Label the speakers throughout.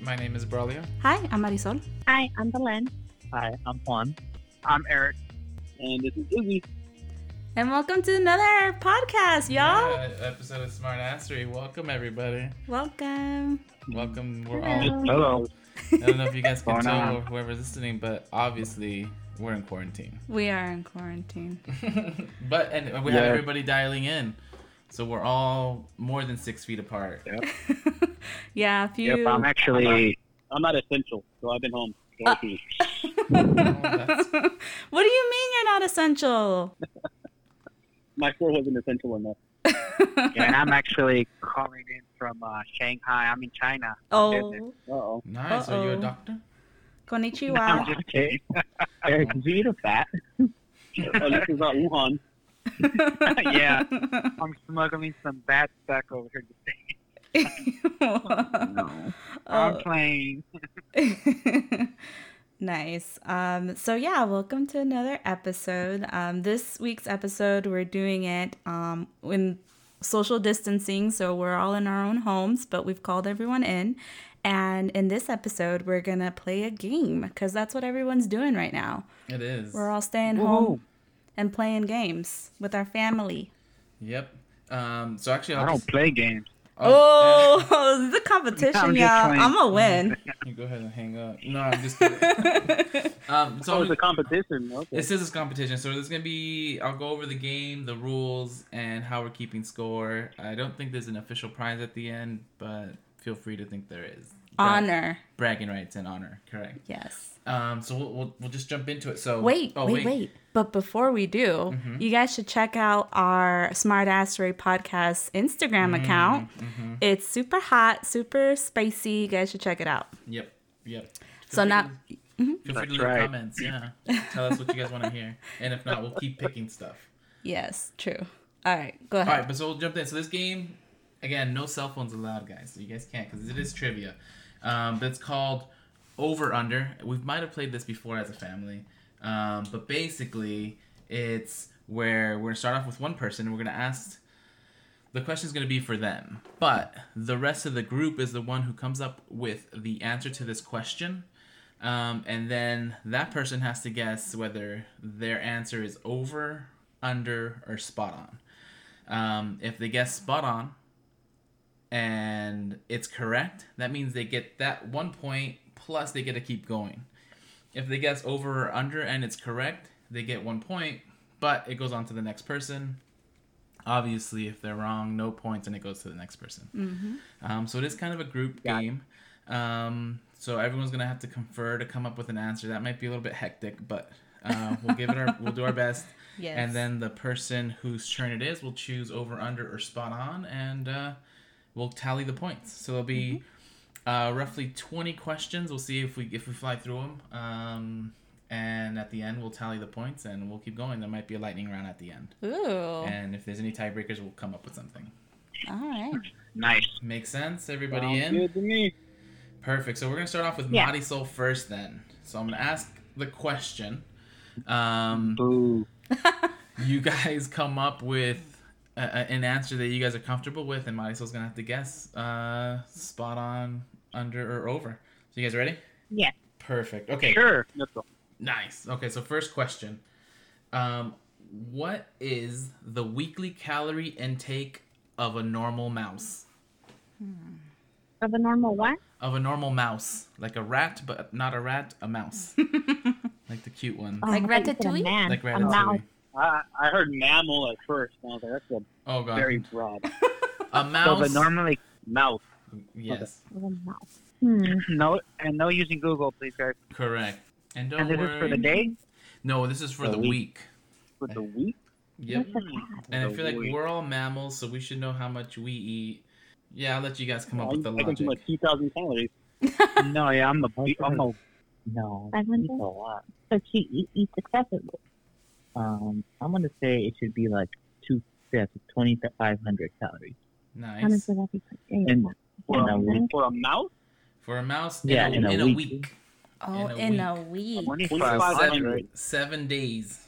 Speaker 1: My name is Braulio.
Speaker 2: Hi, I'm Marisol.
Speaker 3: Hi, I'm Belen.
Speaker 4: Hi, I'm Juan.
Speaker 5: I'm Eric.
Speaker 6: And this is Izzy.
Speaker 2: And welcome to another podcast, y'all.
Speaker 1: Yeah, episode of Smart Assery. Welcome, everybody.
Speaker 2: Welcome.
Speaker 1: Welcome. We're all.
Speaker 6: Hello.
Speaker 1: I don't know if you guys can
Speaker 6: Going
Speaker 1: tell
Speaker 6: on?
Speaker 1: or whoever's listening, but obviously we're in quarantine.
Speaker 2: We are in quarantine.
Speaker 1: but and we have
Speaker 6: Yeah.
Speaker 1: everybody dialing in, so we're all more than six feet apart.
Speaker 2: yeah, if you.
Speaker 6: Yep, I'm actually.
Speaker 5: I'm not essential, so I've been home.
Speaker 2: Uh,
Speaker 1: that's-
Speaker 2: what do you mean you're not essential?
Speaker 5: My store wasn't essential enough.
Speaker 6: Yeah, and I'm actually calling in from uh, Shanghai. I'm in China.
Speaker 2: Oh,
Speaker 5: Uh-oh.
Speaker 1: Nice. Are you a
Speaker 2: Uh-oh.
Speaker 1: doctor?
Speaker 6: I'm
Speaker 2: konnichiwa.
Speaker 6: just kidding. Eric, did you eat a bat?
Speaker 5: Oh, this is not Wuhan.
Speaker 6: yeah, I'm smuggling some bats back over here. Today. I'm
Speaker 2: Oh.
Speaker 6: playing.
Speaker 2: nice. Um, so yeah, welcome to another episode. Um, this week's episode, we're doing it um, in social distancing, so we're all in our own homes, but we've called everyone in. And in this episode, we're gonna play a game because that's what everyone's doing right now.
Speaker 1: It is.
Speaker 2: We're all staying
Speaker 6: Woohoo.
Speaker 2: home and playing games with our family.
Speaker 1: Yep. Um. So actually, I'll
Speaker 6: I don't
Speaker 1: just-
Speaker 6: play games.
Speaker 1: oh,
Speaker 2: Oh, the competition,
Speaker 6: I'm just
Speaker 2: y'all!
Speaker 6: playing.
Speaker 2: I'm gonna win.
Speaker 1: You go ahead and hang up. No, I'm just kidding. um,
Speaker 5: So
Speaker 1: so
Speaker 6: Oh,
Speaker 5: it's a competition. Okay.
Speaker 1: this is this competition. So there's gonna be. I'll go over the game, the rules, and how we're keeping score. I don't think there's an official prize at the end, but feel free to think there is. Bra-
Speaker 2: Honor,
Speaker 1: bragging rights and honor. Correct.
Speaker 2: yes.
Speaker 1: Um. So we'll we'll, we'll just jump into it. So
Speaker 2: Wait,
Speaker 1: Oh,
Speaker 2: wait, wait, But before we do,
Speaker 1: Mhm.
Speaker 2: you guys should check out our Smartassery Podcast Instagram account.
Speaker 1: mhm.
Speaker 2: It's super hot, super spicy. You guys should check it out.
Speaker 1: Yep. Yep.
Speaker 2: So
Speaker 1: Feel free
Speaker 2: now-
Speaker 1: to- Feel free
Speaker 6: That's
Speaker 1: to leave
Speaker 6: right.
Speaker 1: comments. Yeah. Tell us what you guys want to hear, and if not, we'll keep picking stuff.
Speaker 2: Yes, true. All right, go
Speaker 1: All
Speaker 2: ahead.
Speaker 1: right, but so we'll jump in. So this game, again, no cell phones allowed, guys. So you guys can't because it is trivia. Um, but it's called Over Under. We might have played this before as a family, um, but basically, it's where we're gonna start off with one person. and We're gonna ask. The question is going to be for them, but the rest of the group is the one who comes up with the answer to this question. Um, and then that person has to guess whether their answer is over, under, or spot on. Um, if they guess spot on and it's correct, that means they get that one point plus they get to keep going. If they guess over or under and it's correct, they get one point, but it goes on to the next person. Obviously, if they're wrong, no points and it goes to the next person. Um, so it is kind of a group game. Um, so everyone's gonna have to confer to come up with an answer. That might be a little bit hectic, but uh, we'll give it our we'll do our best.
Speaker 2: Yes.
Speaker 1: And then the person whose turn it is will choose over, under, or spot on, and uh, we'll tally the points. So there'll be uh, roughly 20 questions. We'll see if we if we fly through them. Um, and at the end, we'll tally the points and we'll keep going. There might be a lightning round at the end.
Speaker 2: Ooh.
Speaker 1: And if there's any tiebreakers, we'll come up with something.
Speaker 2: All right.
Speaker 6: Nice.
Speaker 1: Make sense? Everybody
Speaker 5: Sounds
Speaker 1: in?
Speaker 5: good to me.
Speaker 1: Perfect. So we're gonna start off with
Speaker 3: Yeah.
Speaker 1: Marisol first, then. So I'm gonna ask the question. Um,
Speaker 6: Boo.
Speaker 1: you guys come up with a, a, an answer that you guys are comfortable with, and Marisol's gonna have to guess uh, spot on, under, or over. So you guys ready?
Speaker 3: Yeah.
Speaker 1: Perfect. Okay.
Speaker 6: Sure.
Speaker 5: Let's go.
Speaker 1: Nice. Okay. So first question. Um, what is the weekly calorie intake of a normal mouse?
Speaker 3: Of a normal what?
Speaker 1: Of a normal mouse, like a rat, but not a rat, a mouse, like the cute one.
Speaker 2: Like
Speaker 3: I thought you
Speaker 2: ratatouille?
Speaker 3: said Um, A Oh, man.
Speaker 1: like
Speaker 3: a mouse.
Speaker 1: Ratatouille.
Speaker 5: I, I heard mammal at first. And I was like, that's
Speaker 1: Oh
Speaker 5: a
Speaker 1: god.
Speaker 5: very broad
Speaker 1: a
Speaker 6: So
Speaker 1: mouse.
Speaker 6: the normally
Speaker 5: mouth.
Speaker 1: yes,
Speaker 3: Of a mouse. Hmm.
Speaker 6: no and no using Google, please guys.
Speaker 1: correct. And don't
Speaker 6: And this
Speaker 1: worry.
Speaker 6: is for the day.
Speaker 1: No, this is for
Speaker 5: The
Speaker 1: the
Speaker 5: week.
Speaker 1: week.
Speaker 5: For the week?
Speaker 1: Yep.
Speaker 3: That's a cat.
Speaker 1: And I
Speaker 6: The
Speaker 1: feel like
Speaker 6: week.
Speaker 1: we're all mammals, so we should know how much we eat. Yeah, I'll let you guys come up
Speaker 5: I'm
Speaker 1: with the
Speaker 5: taking
Speaker 1: logic.
Speaker 5: too much 2,000 calories.
Speaker 6: no, yeah, I'm a be- I'm a no.
Speaker 3: I
Speaker 6: It's a
Speaker 4: Mm-hmm.
Speaker 3: wonder.
Speaker 6: lot.
Speaker 3: So she eat, eats excessively.
Speaker 6: Um, I'm gonna say it should be like two. Yeah, twenty to five hundred calories.
Speaker 1: Nice.
Speaker 3: Honestly, that'd be pretty.
Speaker 6: And-
Speaker 5: For,
Speaker 6: In a
Speaker 5: a,
Speaker 6: week.
Speaker 5: for a mouse?
Speaker 1: For a mouse,
Speaker 6: Yeah,
Speaker 1: in, a, in a week.
Speaker 2: Oh,
Speaker 1: In
Speaker 2: in
Speaker 1: a
Speaker 2: a week.
Speaker 1: Seven,
Speaker 5: 2,500.
Speaker 1: seven days.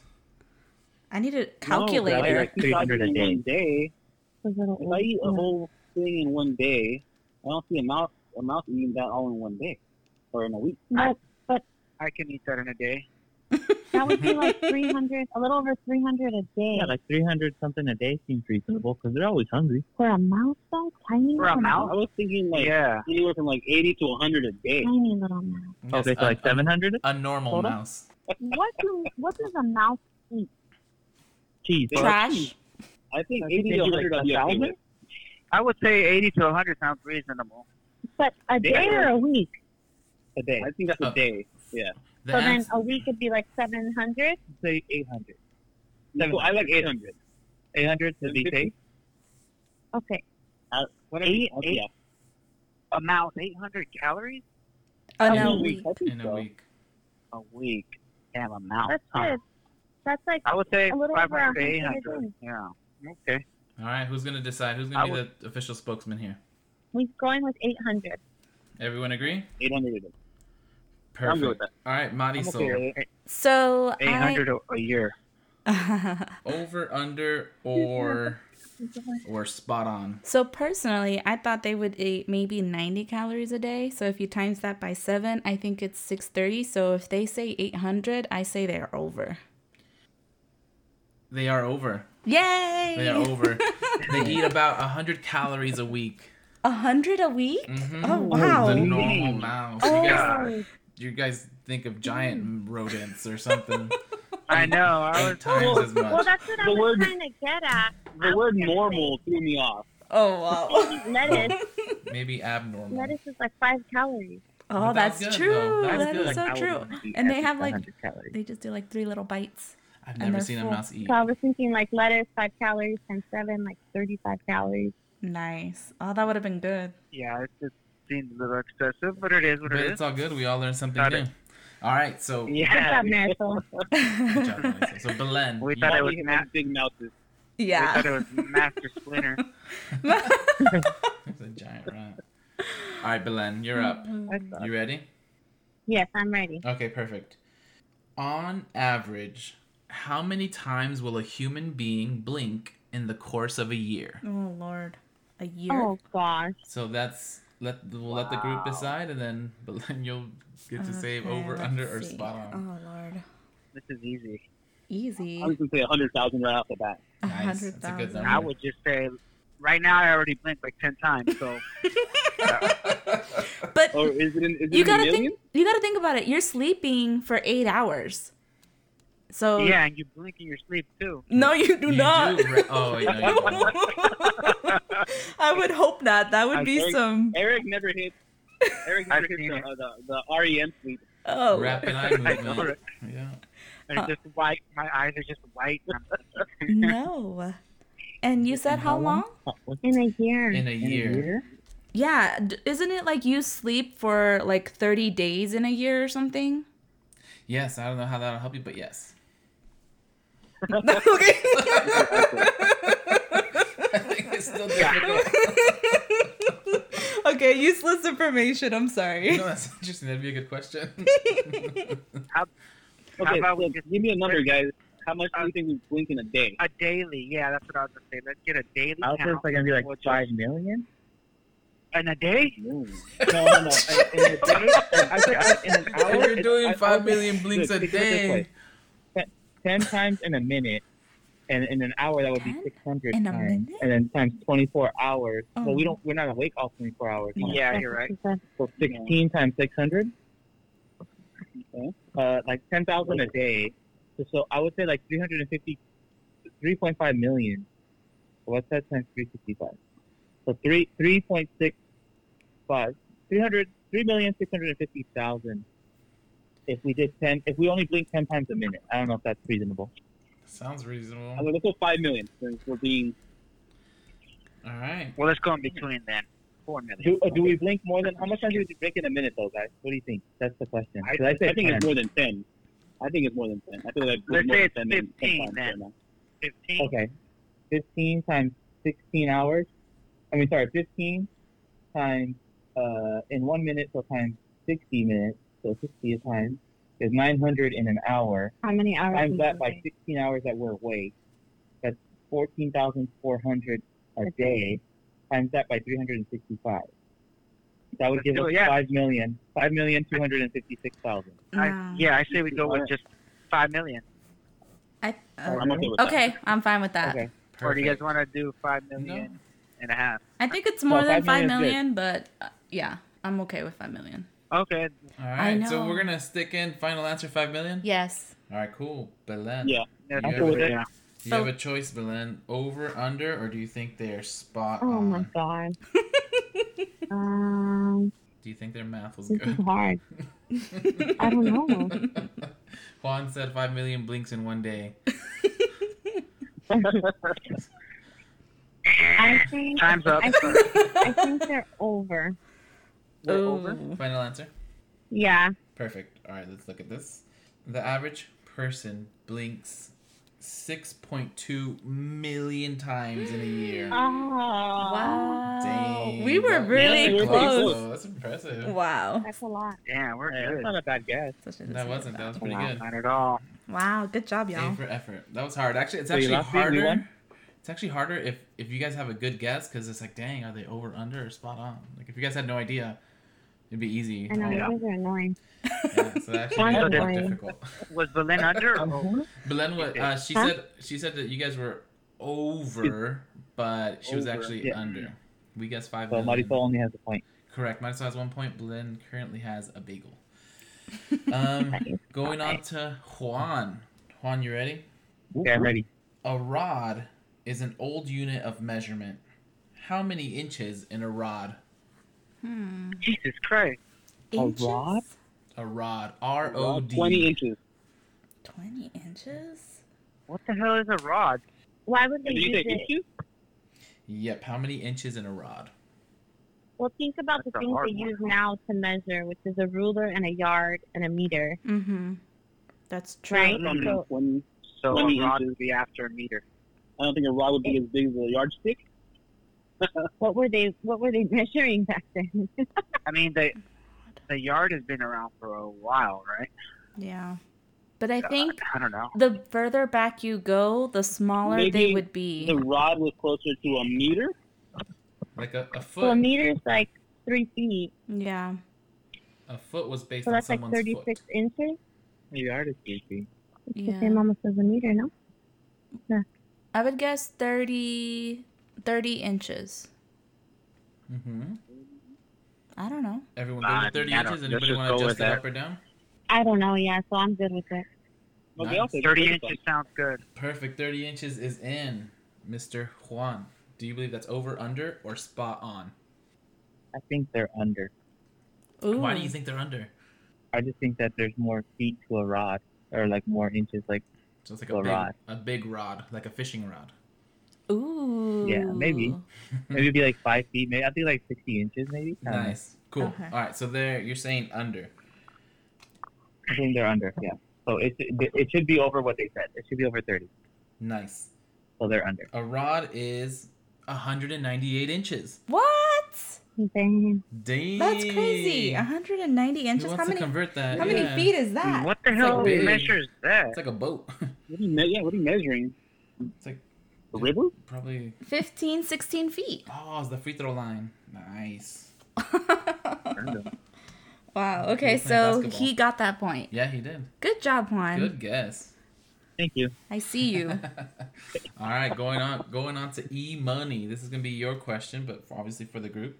Speaker 2: I need a
Speaker 5: No,
Speaker 2: calculator.
Speaker 5: like
Speaker 6: 300 a
Speaker 5: 2,000 in
Speaker 6: day.
Speaker 5: one day.
Speaker 3: A little
Speaker 5: If I eat a whole thing in one day, I don't see a mouse a mouse eating that all in one day or in a week.
Speaker 3: But
Speaker 5: I can eat that in a day.
Speaker 3: that would be like 300, a little over 300 a day
Speaker 6: Yeah, like 300 something a day seems reasonable because they're always hungry.
Speaker 3: for a mouse, though. Tiny
Speaker 4: For a
Speaker 3: little
Speaker 4: mouse?
Speaker 5: I was thinking like
Speaker 4: yeah.
Speaker 5: anywhere from like 80 to 100 a day.
Speaker 3: Tiny little mouse.
Speaker 6: Oh,
Speaker 1: Yes,
Speaker 6: they
Speaker 1: a,
Speaker 6: so like
Speaker 1: a-
Speaker 6: 700
Speaker 1: a normal
Speaker 6: Hold on.
Speaker 1: mouse.
Speaker 3: What do what does a mouse eat?
Speaker 6: cheese.
Speaker 5: Yeah.
Speaker 2: Trash.
Speaker 5: I think
Speaker 4: I think
Speaker 5: 80 to
Speaker 4: they do,
Speaker 5: 100
Speaker 4: like,
Speaker 5: I'd be
Speaker 4: a
Speaker 5: okay with.
Speaker 4: thousand? I would say 80 to 100 sounds reasonable.
Speaker 3: But a
Speaker 5: They-
Speaker 3: day or a week?
Speaker 5: A day. I think that's
Speaker 1: Oh.
Speaker 5: a day.
Speaker 1: The
Speaker 3: so
Speaker 1: ans-
Speaker 3: then a week would be like 700.
Speaker 6: Say 800.
Speaker 5: So I like 800.
Speaker 6: 800 to be safe.
Speaker 3: Okay.
Speaker 5: Whatever.
Speaker 4: Eight-
Speaker 5: Okay,
Speaker 4: eight- A mouse, 800 calories
Speaker 2: Oh
Speaker 5: yeah.
Speaker 2: no.
Speaker 5: In a week. I think
Speaker 1: in a
Speaker 5: so.
Speaker 1: week.
Speaker 4: a week. Damn, a mouse.
Speaker 3: That's
Speaker 4: huh?
Speaker 3: good. That's like
Speaker 4: I would say
Speaker 3: A little over
Speaker 4: 500 to
Speaker 3: 100 a
Speaker 4: 800.
Speaker 3: day.
Speaker 4: Yeah. Okay.
Speaker 1: All right, who's gonna decide? Who's
Speaker 4: I
Speaker 1: gonna be the official spokesman here?
Speaker 3: we're going with 800.
Speaker 1: Everyone agree?
Speaker 5: 800 a day.
Speaker 1: Perfect.
Speaker 5: I'm good with that.
Speaker 1: All right, Madi
Speaker 4: I'm
Speaker 1: Soul.
Speaker 4: okay. with
Speaker 2: So
Speaker 4: 800 a- a year.
Speaker 2: I.
Speaker 1: Over, under, or or spot on.
Speaker 2: So personally, I thought they would eat maybe 90 calories a day. So if you times that by 7, I think it's 630. So if they say 800, I say they're over.
Speaker 1: They are over.
Speaker 2: Yay!
Speaker 1: They are over. they eat about hundred calories a week.
Speaker 2: 100 a week?
Speaker 1: hmm
Speaker 2: Oh
Speaker 1: The
Speaker 2: wow. Oh.
Speaker 1: normal mouse. You guys, you guys think of giant rodents or something.
Speaker 4: I know. I
Speaker 1: Eight
Speaker 4: was
Speaker 1: times as
Speaker 3: Well,
Speaker 1: much.
Speaker 3: that's what I
Speaker 5: The
Speaker 3: was
Speaker 5: word-
Speaker 3: trying to get at.
Speaker 5: The word normal threw me off.
Speaker 2: Oh wow.
Speaker 3: Eat lettuce.
Speaker 1: Maybe abnormal.
Speaker 3: lettuce is like five calories.
Speaker 1: But
Speaker 2: Oh,
Speaker 1: that's
Speaker 2: that's,
Speaker 1: good,
Speaker 2: true.
Speaker 1: though. That's
Speaker 2: That is
Speaker 1: good.
Speaker 2: so
Speaker 6: I
Speaker 2: true.
Speaker 6: wouldn't eat
Speaker 2: And they
Speaker 6: at
Speaker 2: have,
Speaker 6: least
Speaker 2: like-
Speaker 6: 100 calories.
Speaker 2: They just do like three little bites.
Speaker 1: I've
Speaker 2: And
Speaker 1: never
Speaker 2: they're
Speaker 1: seen a
Speaker 2: full.
Speaker 1: mouse eat.
Speaker 3: So I was thinking like lettuce, five calories times seven, like 35 calories.
Speaker 2: Nice. Oh, that would have been good.
Speaker 4: Yeah, it just seems a little excessive, but it is what
Speaker 1: But
Speaker 4: it
Speaker 1: it's
Speaker 4: is.
Speaker 1: all good. We all learned something
Speaker 4: Got
Speaker 1: new.
Speaker 4: it.
Speaker 1: All right, so
Speaker 3: Good
Speaker 4: Yeah.
Speaker 3: job, Miracle.
Speaker 1: good job, Melissa. so Belen,
Speaker 4: We
Speaker 1: you-
Speaker 4: thought it
Speaker 5: Probably
Speaker 4: was
Speaker 5: hit
Speaker 4: ma-
Speaker 5: big mouses.
Speaker 4: we
Speaker 2: yeah.
Speaker 4: thought it was Master Splinter.
Speaker 1: it's a giant rat. All right, Belen, you're up. You ready?
Speaker 3: Yes, I'm ready.
Speaker 1: Okay, perfect. On average, how many times will a human being blink in the course of a year?
Speaker 2: Oh lord. A year.
Speaker 3: Oh, gosh.
Speaker 1: So that's let we'll let the group decide, and then Belen, you'll get to say
Speaker 2: Okay,
Speaker 1: over,
Speaker 2: let's
Speaker 1: under, or
Speaker 2: see.
Speaker 1: spot on.
Speaker 2: Oh lord.
Speaker 4: This is easy.
Speaker 2: Easy.
Speaker 5: I was going to say 100,000 right off the bat.
Speaker 2: A
Speaker 1: Nice.
Speaker 2: hundred
Speaker 1: That's a good
Speaker 2: thousand.
Speaker 1: number.
Speaker 4: I would just say, right now I already blinked like 10 times, so
Speaker 6: Oh,
Speaker 2: But
Speaker 5: Or Oh, is it in, is it
Speaker 2: you
Speaker 5: in
Speaker 2: gotta
Speaker 5: million?
Speaker 2: think you gotta think about it. You're sleeping for eight hours. So
Speaker 4: yeah, and you blink in your sleep too.
Speaker 2: no you do
Speaker 1: You
Speaker 2: not.
Speaker 1: do re- oh, wait, no, you don't.
Speaker 2: I would hope not. That would
Speaker 5: I
Speaker 2: be
Speaker 5: think-
Speaker 2: some
Speaker 5: Eric never hit. Eric never
Speaker 4: I've
Speaker 5: hit
Speaker 4: seen
Speaker 5: the,
Speaker 4: it.
Speaker 5: uh, the, the REM sleep.
Speaker 2: oh
Speaker 1: Rapid eye
Speaker 4: I know,
Speaker 1: movement.
Speaker 4: right?
Speaker 1: Yeah.
Speaker 4: They're just white. My eyes are just white. and I'm-
Speaker 2: no. And you said how long?
Speaker 3: In a year.
Speaker 1: In a year.
Speaker 2: Yeah, d- isn't it like you sleep for like 30 days in a year or something?
Speaker 1: Yes, I don't know how that'll help you, but yes.
Speaker 2: okay.
Speaker 1: I think it's still difficult.
Speaker 2: okay, useless information. I'm sorry.
Speaker 1: No, that's interesting. That'd be a good question.
Speaker 4: How
Speaker 5: Okay,
Speaker 4: about we
Speaker 5: so
Speaker 4: just-
Speaker 5: give me a number, guys. How much do
Speaker 4: Uh,
Speaker 5: you think we blink in a day?
Speaker 4: A daily, yeah, that's what I was gonna say. Let's get a daily
Speaker 6: I was
Speaker 4: count.
Speaker 6: just like gonna be like
Speaker 4: We'll just-
Speaker 6: five million.
Speaker 4: in a day.
Speaker 5: No, no, no. In, in a day? I said uh, in an hour.
Speaker 1: if you're doing
Speaker 5: it's- I- I
Speaker 1: five
Speaker 5: was-
Speaker 1: million blinks a
Speaker 5: look, think of it this
Speaker 1: day,
Speaker 5: way.
Speaker 6: Ten times in a minute, and in an hour that would be
Speaker 2: Ten
Speaker 6: six hundred
Speaker 2: in a
Speaker 6: times,
Speaker 2: minute?
Speaker 6: and then times twenty four hours.
Speaker 2: Oh.
Speaker 6: So we don't we're not awake all twenty four hours. huh?
Speaker 4: Yeah, you're right.
Speaker 6: So sixteen times six hundred. Uh, like ten thousand a day. So, so I would say like 350, 3.5 million. What's that times three sixty five? So three three point six five. Three hundred three million six hundred and fifty thousand. If we did ten, if we only blink ten times a minute, I don't know if that's reasonable.
Speaker 1: sounds
Speaker 5: I'm
Speaker 1: reasonable.
Speaker 5: gonna go five million since we're being.
Speaker 1: All right.
Speaker 4: Well, let's go in between then. Four million.
Speaker 6: Do, uh, do we blink more than how much time do we blink in a minute, though, guys? What do you think? That's the question. 'Cause
Speaker 5: I think
Speaker 6: 10.
Speaker 5: it's more than ten. I think it's more than ten. I feel like
Speaker 4: Let's
Speaker 5: more
Speaker 4: say
Speaker 5: than
Speaker 4: it's 15
Speaker 5: times
Speaker 4: then.
Speaker 5: right now.
Speaker 4: Fifteen.
Speaker 6: Okay. 15 times 16 hours. I mean, sorry, 15 times uh, in one minute, so times 60 minutes, so 60 a time is 900 in an hour.
Speaker 3: How many hours?
Speaker 6: Times
Speaker 3: is
Speaker 6: that
Speaker 3: it?
Speaker 6: by 16 hours that we're awake. That's 14,400 a day. Times that by 365. That would
Speaker 4: Let's
Speaker 6: give
Speaker 4: do
Speaker 6: us
Speaker 4: it, yeah.
Speaker 6: five million, five million two hundred and fifty-six thousand.
Speaker 4: I,
Speaker 2: No.
Speaker 4: yeah, I say we go with just five million.
Speaker 2: I, uh,
Speaker 5: I'm okay with that.
Speaker 2: okay, I'm fine with that.
Speaker 6: Okay.
Speaker 4: Or do you guys
Speaker 1: Perfect.
Speaker 4: want to do five million and a half?
Speaker 2: I think it's more
Speaker 6: No,
Speaker 2: than five
Speaker 6: five
Speaker 2: million,
Speaker 6: million
Speaker 2: but uh, yeah, I'm okay with five million.
Speaker 4: Okay.
Speaker 1: All right, so
Speaker 2: know.
Speaker 1: we're gonna stick in final answer five million.
Speaker 2: Yes.
Speaker 1: All right, cool, Belen.
Speaker 5: Yeah.
Speaker 4: Yeah,
Speaker 1: I'm
Speaker 4: yeah.
Speaker 1: cool with
Speaker 6: it.
Speaker 4: Yeah.
Speaker 1: Do you have a choice, Belen? Over, under, or do you think they're spot
Speaker 3: Oh
Speaker 1: on?
Speaker 3: my god. um,
Speaker 1: Do you think their math was
Speaker 3: this is
Speaker 1: good?
Speaker 3: hard. I don't know.
Speaker 1: Juan said five million blinks in one day.
Speaker 3: I think
Speaker 4: Time's up.
Speaker 3: I think I think they're over.
Speaker 4: We're over.
Speaker 2: Ooh.
Speaker 1: Final answer.
Speaker 3: Yeah.
Speaker 1: Perfect. All right, let's look at this. The average person blinks 6.2 million times in a year.
Speaker 3: Oh,
Speaker 2: Wow.
Speaker 1: Dang,
Speaker 2: we were
Speaker 1: that-
Speaker 2: really
Speaker 5: we were pretty
Speaker 2: close.
Speaker 1: Oh, That's impressive.
Speaker 2: Wow.
Speaker 3: that's a lot.
Speaker 4: Yeah, we're
Speaker 6: Yeah, that's
Speaker 4: good.
Speaker 6: not a bad guess.
Speaker 2: Such a
Speaker 1: That wasn't. That was pretty good.
Speaker 4: Not at all.
Speaker 2: Wow. Good job,
Speaker 1: A
Speaker 2: y'all.
Speaker 1: for effort. That was hard. Actually, it's
Speaker 6: So you
Speaker 1: actually
Speaker 6: lost me, we
Speaker 1: harder.
Speaker 6: won?
Speaker 1: It's actually harder if if you guys have a good guess because it's like, dang, are they over, under, or spot on? Like if you guys had no idea, it'd be easy.
Speaker 3: I know
Speaker 4: Yeah.
Speaker 3: those are annoying.
Speaker 1: Yeah, so that actually
Speaker 3: Mine's
Speaker 1: made it more
Speaker 3: annoying.
Speaker 1: difficult.
Speaker 4: Was Berlin under?
Speaker 6: Uh-huh.
Speaker 4: Oh, or over?
Speaker 1: Belen, what uh, she
Speaker 3: Huh?
Speaker 1: said, she said that you guys were over, but she was
Speaker 5: Over,
Speaker 1: actually
Speaker 6: yeah.
Speaker 1: under. We guessed five.
Speaker 6: So
Speaker 1: million.
Speaker 6: Marisol only has a point.
Speaker 1: Correct. Marisol has one point. Belen currently has a bagel. Um,
Speaker 3: Nice.
Speaker 1: going on to Juan. Juan, you ready?
Speaker 6: Okay, I'm ready.
Speaker 1: A rod is an old unit of measurement. How many inches in a rod?
Speaker 2: Hmm.
Speaker 4: Jesus Christ.
Speaker 2: Inches?
Speaker 6: lot?
Speaker 1: A rod. R O D.
Speaker 5: Twenty inches.
Speaker 2: 20 inches?
Speaker 4: What the hell is a rod?
Speaker 3: Why would they
Speaker 5: Did you
Speaker 3: use
Speaker 5: say
Speaker 3: it?
Speaker 5: inches?
Speaker 1: Yep. How many inches in a rod?
Speaker 3: Well, think about the
Speaker 4: That's a
Speaker 3: things
Speaker 4: hard
Speaker 3: they
Speaker 4: one.
Speaker 3: use now to measure, which is a ruler and a yard and a meter.
Speaker 2: Mm hmm. That's true.
Speaker 3: Right?
Speaker 5: I don't know.
Speaker 3: So,
Speaker 5: Twenty.
Speaker 4: So
Speaker 5: Twenty
Speaker 4: a rod
Speaker 5: inches.
Speaker 4: would be after a meter.
Speaker 5: I don't think a rod would be as big as a yardstick.
Speaker 3: what were they? What were they measuring back then?
Speaker 4: I mean, the the yard has been around for a while, right?
Speaker 2: Yeah. But I think
Speaker 4: I don't know.
Speaker 2: the further back you go, the smaller they
Speaker 5: Maybe
Speaker 2: would be.
Speaker 5: The rod was closer to a meter.
Speaker 1: Like a, a foot.
Speaker 3: so a meter is like three feet.
Speaker 2: Yeah.
Speaker 1: a foot was based
Speaker 3: So
Speaker 1: on
Speaker 3: that's like
Speaker 1: someone's foot.
Speaker 3: thirty-six inches.
Speaker 6: Maybe art is creepy.
Speaker 3: It's
Speaker 2: Yeah.
Speaker 3: the same almost as a meter, no?
Speaker 2: I would guess 30, 30 inches.
Speaker 1: Mm-hmm.
Speaker 2: I don't know.
Speaker 1: Everyone
Speaker 4: Nah,
Speaker 1: good with thirty
Speaker 4: I don't-
Speaker 1: inches.
Speaker 4: let's
Speaker 1: Anybody
Speaker 4: just
Speaker 1: want
Speaker 4: go
Speaker 1: to
Speaker 4: with
Speaker 1: adjust that
Speaker 4: that.
Speaker 1: up or down?
Speaker 3: I don't know. Yeah, so I'm good with it.
Speaker 5: But
Speaker 1: Nice.
Speaker 5: they also
Speaker 4: Thirty inches sounds good.
Speaker 1: Perfect. 30 inches is in, Mr. Juan. Do you believe that's over, under, or spot on?
Speaker 6: I think they're under.
Speaker 2: Ooh.
Speaker 1: Why do you think they're under?
Speaker 6: I just think that there's more feet to a rod, or like more inches. Like
Speaker 1: So it's like
Speaker 6: The
Speaker 1: a big,
Speaker 6: rod.
Speaker 1: a big rod, like a fishing rod.
Speaker 2: Ooh.
Speaker 6: Yeah, maybe. maybe it'd be like five feet. Maybe I think like sixty inches. Maybe. I don't know.
Speaker 1: Nice. Cool.
Speaker 2: Okay.
Speaker 1: All right. So there, you're saying under.
Speaker 6: I think they're under. Yeah. So it it should be over what they said. It should be over thirty.
Speaker 1: Nice.
Speaker 6: So they're under.
Speaker 1: A rod is 198 inches.
Speaker 2: What?
Speaker 3: Dang.
Speaker 1: Dang.
Speaker 2: That's crazy. 190
Speaker 1: Who
Speaker 2: inches. How
Speaker 1: wants to
Speaker 2: many
Speaker 1: convert that?
Speaker 2: how many
Speaker 1: Yeah.
Speaker 2: feet is that?
Speaker 4: What the
Speaker 1: It's
Speaker 4: hell
Speaker 1: like big.
Speaker 4: measures that?
Speaker 1: It's like a boat.
Speaker 5: What are you me- yeah, what are you measuring?
Speaker 1: it's like
Speaker 5: A river?
Speaker 1: probably.
Speaker 2: 15, 16 feet.
Speaker 1: Oh, it's the free throw line. Nice.
Speaker 2: wow.
Speaker 1: He
Speaker 2: Okay,
Speaker 1: was playing
Speaker 2: so
Speaker 1: basketball.
Speaker 2: he got that point.
Speaker 1: Yeah, he did.
Speaker 2: Good job, Juan.
Speaker 1: Good guess.
Speaker 6: Thank you.
Speaker 2: I see you.
Speaker 1: All right, going on, going on to e money. This is gonna be your question, but for- obviously for the group.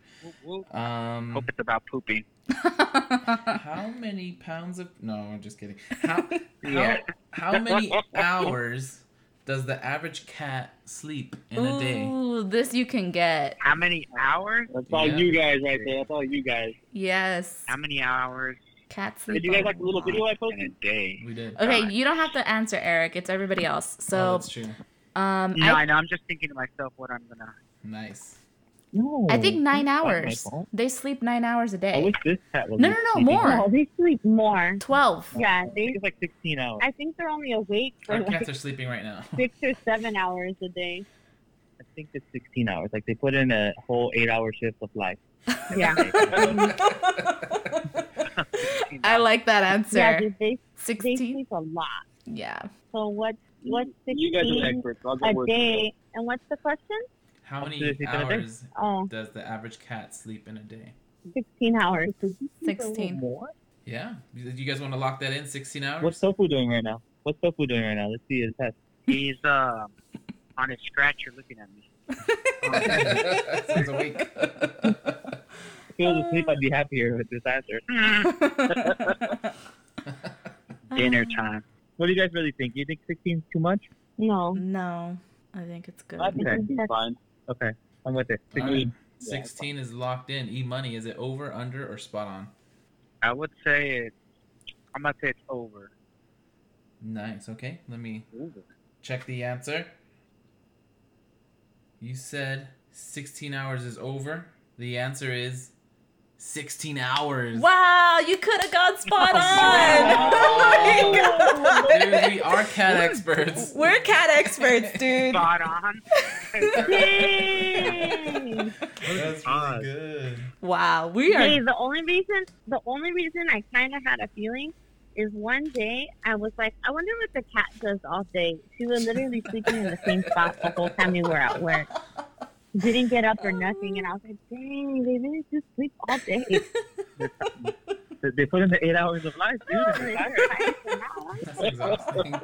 Speaker 1: Um,
Speaker 4: Hope it's about pooping.
Speaker 1: how many pounds of? No, I'm just kidding. How,
Speaker 4: Yeah.
Speaker 1: how, how many hours does the average cat sleep in a day?
Speaker 2: Ooh, this you can get.
Speaker 4: How many hours?
Speaker 5: That's all
Speaker 1: Yeah.
Speaker 5: you guys right there. That's all you guys.
Speaker 2: Yes.
Speaker 4: How many hours
Speaker 2: Cat sleep.
Speaker 5: Did you guys
Speaker 2: on
Speaker 5: like the little
Speaker 2: it.
Speaker 5: video I
Speaker 4: in a
Speaker 5: posted?
Speaker 4: day?
Speaker 1: We did. Oh,
Speaker 2: Okay, you don't have to answer Eric. It's everybody else. Uh, So,
Speaker 1: that's true.
Speaker 2: um,
Speaker 4: No, I
Speaker 2: I,
Speaker 4: know. I'm just thinking to myself what I'm gonna.
Speaker 1: Nice.
Speaker 6: No.
Speaker 2: I think nine
Speaker 6: that's not my
Speaker 2: hours.
Speaker 6: fault.
Speaker 2: They sleep nine hours a
Speaker 6: I
Speaker 2: day.
Speaker 6: wish Oh, this cat was.
Speaker 2: No, no, no, more.
Speaker 3: No, they sleep more.
Speaker 2: Twelve.
Speaker 3: Yeah,
Speaker 6: I think
Speaker 3: they.
Speaker 6: it's like sixteen hours.
Speaker 3: I think they're only awake for
Speaker 1: Our
Speaker 3: like
Speaker 1: cats are sleeping right now.
Speaker 3: six or seven hours a day.
Speaker 6: I think it's 16 hours. Like they put in a whole eight-hour shift of life.
Speaker 3: Yeah.
Speaker 2: I like that
Speaker 3: Yeah,
Speaker 2: answer.
Speaker 3: dude, they they
Speaker 2: Sixteen.
Speaker 3: sleep a lot.
Speaker 2: Yeah.
Speaker 3: So what what
Speaker 5: You guys are
Speaker 3: sixteen
Speaker 4: uh,
Speaker 5: experts. I'll go
Speaker 3: a
Speaker 5: with
Speaker 3: day? And what's the question?
Speaker 1: How
Speaker 6: How many
Speaker 1: many
Speaker 6: sleep in a day?
Speaker 1: hours
Speaker 3: Oh,
Speaker 1: does the average cat sleep in a day?
Speaker 3: 16 hours.
Speaker 2: 16.
Speaker 6: More?
Speaker 1: Yeah. You you guys want to lock that in? 16 hours?
Speaker 6: What's tofu doing right now? What's tofu doing right now? Let's see his test.
Speaker 4: He's um on his scratcher looking at me.
Speaker 1: Sounds awake.
Speaker 6: If he was asleep, I'd be happier with this answer.
Speaker 4: Dinner
Speaker 2: Um,
Speaker 4: time.
Speaker 6: What do you guys really think? You think 16 is too much?
Speaker 3: No.
Speaker 2: No, I think it's good.
Speaker 5: I think
Speaker 6: Okay.
Speaker 5: it'd be fine.
Speaker 6: Okay, I'm with it.
Speaker 4: Uh,
Speaker 1: All
Speaker 6: 16.
Speaker 1: right. 16 is locked in. E money, is it over, under, or spot on?
Speaker 4: I would say it's. I'm gonna say it's over.
Speaker 1: Nice. Okay. Let me check the answer. You said 16 hours is over. The answer is 16 hours.
Speaker 2: Wow, you could have gone spot on.
Speaker 1: Oh,
Speaker 2: Oh my
Speaker 1: Dude,
Speaker 2: God.
Speaker 1: we are cat experts.
Speaker 2: We're cat experts, dude.
Speaker 4: Spot on.
Speaker 3: Yay!
Speaker 1: That's
Speaker 6: Odd.
Speaker 1: good.
Speaker 2: Wow, we
Speaker 3: Hey,
Speaker 2: are.
Speaker 3: the only reason the only reason I kind of had a feeling is one day I was like, I wonder what the cat does all day. She was literally sleeping in the same spot the whole time we were at work. Didn't get up or nothing, and I was like, dang, they really just sleep all day.
Speaker 6: They- They put in the eight hours of life, dude. and they're tired.
Speaker 1: That's exhausting.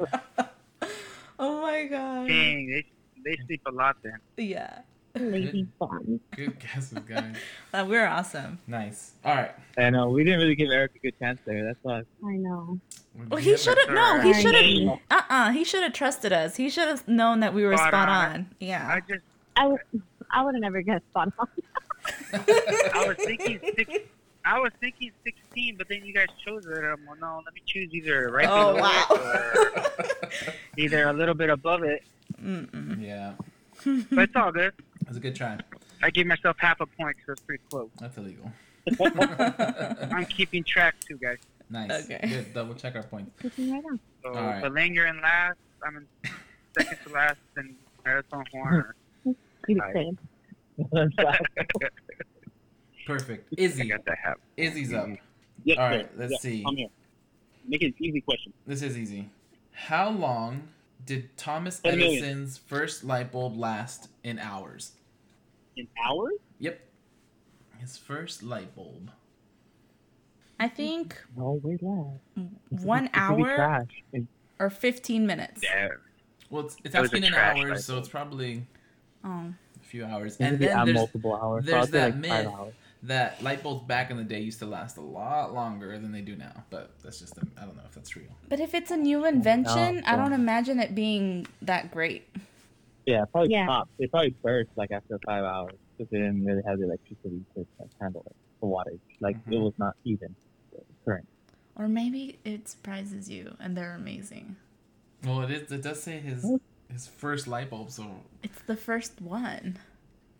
Speaker 2: Oh my god.
Speaker 4: Dang, they they sleep a lot then.
Speaker 2: Yeah,
Speaker 3: Lady bomb.
Speaker 1: Good guesses, guys.
Speaker 2: Uh, we're awesome.
Speaker 1: Nice. All right.
Speaker 6: I know, we didn't really give Eric a good chance there. That's why.
Speaker 3: I know.
Speaker 2: Well, he should have. No, he should have. Uh uh He should have trusted us. He should have known that we were
Speaker 4: Spot
Speaker 2: spot
Speaker 4: on.
Speaker 2: on. Yeah.
Speaker 4: I just
Speaker 3: I would, I would have never guessed spot on.
Speaker 4: I was thinking six. I was thinking 16, but then you guys chose it. I'm like, no, let me choose either right
Speaker 2: Oh,
Speaker 4: below it or either a little bit above it.
Speaker 2: Mm-mm.
Speaker 1: Yeah.
Speaker 4: But it's all good.
Speaker 1: That's a good try.
Speaker 4: I gave myself half a point, so it's pretty close.
Speaker 1: That's illegal.
Speaker 4: I'm keeping track too, guys.
Speaker 1: nice.
Speaker 2: Okay.
Speaker 1: Good. Double check our points.
Speaker 3: Looking right now.
Speaker 4: So
Speaker 1: All right.
Speaker 4: Belanger in last. I'm in second to last, and Marathon Horn.
Speaker 3: You
Speaker 4: Hi.
Speaker 3: said.
Speaker 1: Perfect.
Speaker 4: I
Speaker 1: Izzy.
Speaker 4: got that half.
Speaker 1: Izzy's up.
Speaker 5: Yes,
Speaker 1: All
Speaker 5: sir.
Speaker 1: right. Let's
Speaker 5: Yes,
Speaker 1: see.
Speaker 5: I'm here. Make it an easy question.
Speaker 1: This is easy. How long did Thomas
Speaker 5: Ten million.
Speaker 1: Edison's first light bulb last in hours?
Speaker 5: In hours?
Speaker 1: Yep. His first light bulb.
Speaker 2: I think
Speaker 6: No way left.
Speaker 2: one hour or fifteen minutes.
Speaker 4: Yeah.
Speaker 1: Well, it's, it's
Speaker 4: It was
Speaker 1: asking
Speaker 4: a
Speaker 1: in
Speaker 4: trash light
Speaker 1: hours, so
Speaker 4: bulb.
Speaker 1: it's probably
Speaker 2: Oh.
Speaker 1: a few hours.
Speaker 6: And
Speaker 1: And then there's
Speaker 6: multiple hours.
Speaker 1: there's
Speaker 6: so I'll say
Speaker 1: that
Speaker 6: like
Speaker 1: myth.
Speaker 6: Five hours.
Speaker 1: that light bulbs back in the day used to last a lot longer than they do now. But that's just a, I don't know if that's real.
Speaker 2: But if it's a new invention, I
Speaker 6: yeah.
Speaker 2: don't imagine it being that great.
Speaker 6: Yeah, probably
Speaker 3: Yeah.
Speaker 6: pop. They probably burst like after five hours because they didn't really have the electricity to like, handle it, the wattage. Like it
Speaker 1: Mhm.
Speaker 6: was not even the current.
Speaker 2: Or maybe it surprises you and they're amazing.
Speaker 1: Well, it is. It does say his
Speaker 6: Hmm.
Speaker 1: his first light bulb, so
Speaker 2: It's the first one.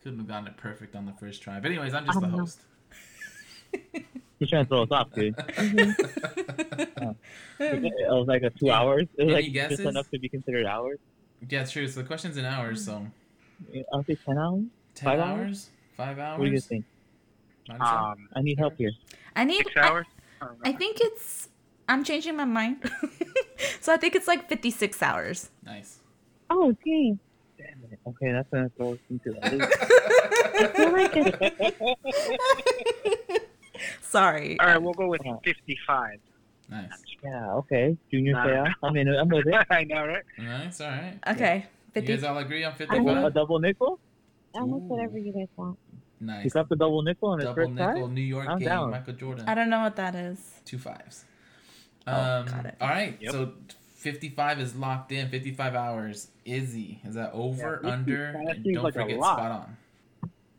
Speaker 1: couldn't have gotten it perfect on the first try. But anyways, I'm just the
Speaker 3: Um,
Speaker 1: host.
Speaker 6: He's trying to throw us off, dude. it was like a two
Speaker 1: Any-
Speaker 6: hours. It was
Speaker 1: any
Speaker 6: like
Speaker 1: guesses?
Speaker 6: just enough to be considered hours.
Speaker 1: Yeah, true. So the question's in hours, so
Speaker 6: I'll say ten hours.
Speaker 1: ten
Speaker 6: Hmm. Five
Speaker 1: hours?
Speaker 6: hours?
Speaker 1: five hours.
Speaker 6: What do you guys think?
Speaker 1: Might as well.
Speaker 4: Um,
Speaker 6: I need help here.
Speaker 2: I need.
Speaker 4: six
Speaker 2: I-
Speaker 4: hours.
Speaker 2: I, think it's. I'm changing my mind. so I think it's like 56 hours.
Speaker 1: nice.
Speaker 3: Oh, gee.
Speaker 6: Damn it. Okay, that's gonna throw us into. That.
Speaker 3: I feel like it's
Speaker 2: Sorry.
Speaker 4: All right, we'll go with
Speaker 6: Uh,
Speaker 4: 55.
Speaker 1: Nice.
Speaker 6: yeah. Okay. Junior
Speaker 4: Nah.
Speaker 6: fail. I'm in. it. I'm with it.
Speaker 4: I know, right?
Speaker 1: Nice. All right.
Speaker 2: Okay.
Speaker 1: You
Speaker 2: 50.
Speaker 1: guys all agree on
Speaker 6: They want a
Speaker 1: 55?
Speaker 6: double nickel.
Speaker 3: almost
Speaker 1: Ooh.
Speaker 3: whatever you guys want.
Speaker 6: He
Speaker 1: Nice.
Speaker 6: dropped the double nickel on his
Speaker 1: Double
Speaker 6: first try.
Speaker 1: nickel, New York
Speaker 6: I'm
Speaker 1: game,
Speaker 6: down.
Speaker 1: Michael Jordan.
Speaker 2: I don't know what that is.
Speaker 1: two fives.
Speaker 2: Oh,
Speaker 1: Um,
Speaker 2: got it.
Speaker 1: All right,
Speaker 4: Yep.
Speaker 1: so 55 is locked in. 55 hours. Izzy, is that over,
Speaker 5: Yeah, 55
Speaker 1: under? And
Speaker 5: seems
Speaker 1: don't
Speaker 5: like a
Speaker 1: forget
Speaker 5: lot.
Speaker 1: spot on.